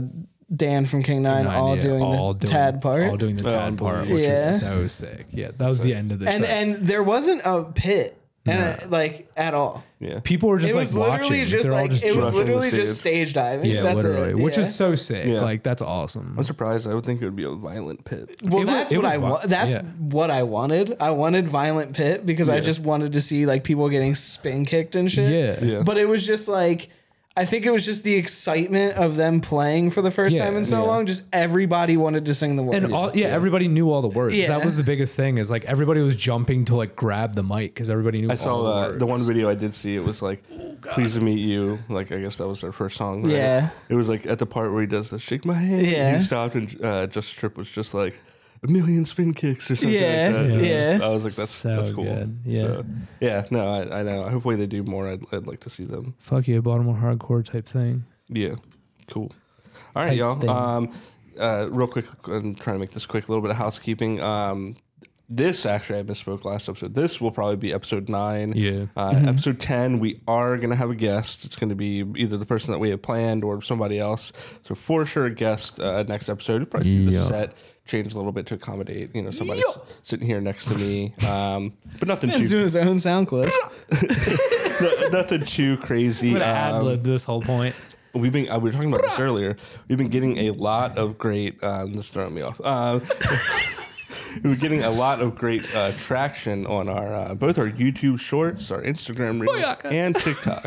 Dan from King Nine, Nine, all yeah, doing all the tad part. All doing the Oh, tad part, which yeah. is so sick. Yeah, that was the end of the and track. and there wasn't a pit. and uh, like at all. Yeah. People were just It like was literally watching. just They're all like just it was drunk. drunk. literally Rushing the just stage. stage diving. yeah, That's literally, it. which Yeah. is so sick. Yeah. Like that's awesome. I'm surprised. I would think it would be a violent pit. Well, It wa- that's it what was I wi- wa- that's yeah. what I wanted. I wanted violent pit because I just wanted to see like people getting spin kicked and shit. Yeah. Yeah. But it was just like I think it was just the excitement of them playing for the first Yeah. time in so long. Just everybody wanted to sing the words. And all, yeah, everybody knew all the words. Yeah. That was the biggest thing. Is like everybody was jumping to like grab the mic because everybody knew. I saw all the, uh, words. the one video I did see. It was like, "Pleased to meet you." Like I guess that was their first song. right? Yeah. It was like at the part where he does the shake my hand. Yeah. He stopped and uh, just Trip was just like a million spin kicks or something. Yeah, Like that. It was yeah. just- I was like, that's So that's cool. good, yeah. yeah. No, I, I know. Hopefully they do more. I'd, I'd like to see them. Fuck yeah, Baltimore hardcore type thing. Yeah. Cool. All right, Type y'all. thing. Um, uh, real quick, I'm trying to make this quick. A little bit of housekeeping. Um, this actually, I misspoke last episode. This will probably be episode nine. Yeah. Mm-hmm. Uh, Episode ten, we are gonna have a guest. It's gonna be either the person that we have planned or somebody else. So for sure, a guest uh, next episode. You'll Probably see the Yeah. set change a little bit to accommodate. You know, somebody s- sitting here next to me. Um, but nothing He's too doing his own sound clip. no- nothing too crazy. I'm gonna ad Um, lib this whole point. We've been, uh, we were talking about this earlier. We've been getting a lot of great, um, this is throwing me off. Um, we're getting a lot of great uh, traction on our, uh, both our YouTube shorts, our Instagram reels, Booyaka. and TikTok.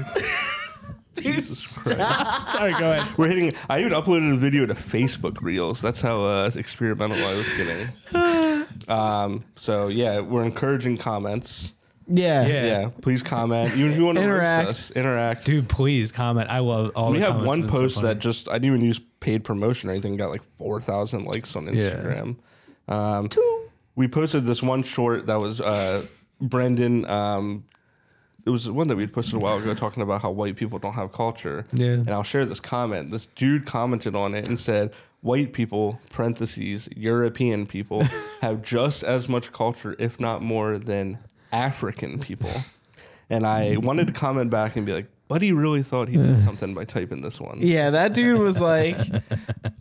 Jesus Christ. Sorry, go ahead. We're hitting, I even uploaded a video to Facebook reels. That's how uh, experimental I was getting. Um, so yeah, we're encouraging comments. Yeah. Yeah. Yeah, please comment. Even if you want to Interact. us, interact. Dude, please comment. I love all. We the have comments. one It's so post funny. that just I didn't even use paid promotion or anything. Got like four thousand likes on Instagram. Um, we posted this one short that was uh, Brendan. Um, it was one that we posted a while ago talking about how white people don't have culture. Yeah. And I'll share this comment. This dude commented on it and said, "White people (parentheses European people) have just as much culture, if not more, than African people." And I wanted to comment back and be like, "Buddy really thought he did something by typing this one." Yeah, that dude was like,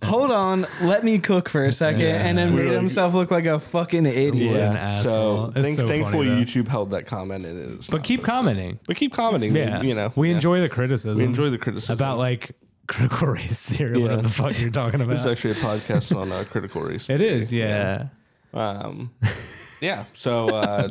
"Hold on, let me cook for a second, and then We made were like- himself look like a fucking idiot. What an So, asshole. It's thank, so funny, thankfully, though. YouTube held that comment, and it is. But keep commenting. But keep commenting. Yeah, you know, we yeah. enjoy the criticism. We enjoy the criticism. about like critical race theory. Yeah. Whatever the fuck you're talking This is about. actually a podcast on uh, critical race. uh, It is, yeah. Um, yeah. So uh,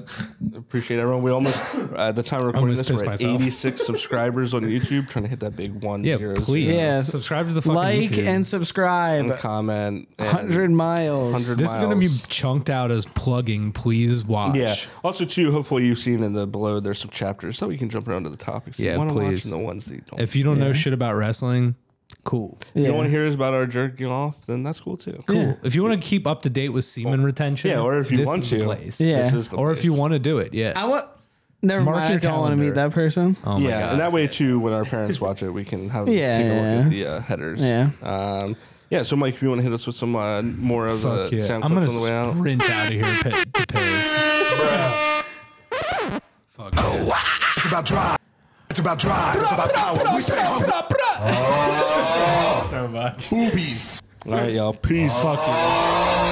appreciate everyone. We almost at the time of recording Almost this, we're at pissed myself. 86 subscribers on YouTube, trying to hit that big one Yeah, zero please zero. Yeah. subscribe to the fucking Like YouTube. and subscribe. comment and- Hundred miles. 100 This is going to be miles. chunked out as plugging. Please watch. Yeah. Also, too, hopefully you've seen in the below there's some chapters so we can jump around to the topics. Yeah, you wanna please. Watch and the ones that you don't. If you don't know shit about wrestling, cool. you want to hear us about our jerking off, then that's cool too. Cool. If you want to keep up to date with semen retention, Yeah, or if you this want is to, the place. Yeah. this is the Or if you place. want to do it, yeah. I want. Never Mark mind. I your don't want to meet that calendar. person. oh my yeah, god. and that way too, when our parents watch it, we can have Yeah, take a look at yeah. the uh, headers. Yeah. um, yeah. So, Mike, if you want to hit us with some uh, more of Fuck the yeah. sound I'm clips on gonna the way out, sprint out of here to pay- to pay. Fuck. yeah. It's about drive. It's about drive. It's about power. We stay hungry. all right, y'all. Peace. Fuck you.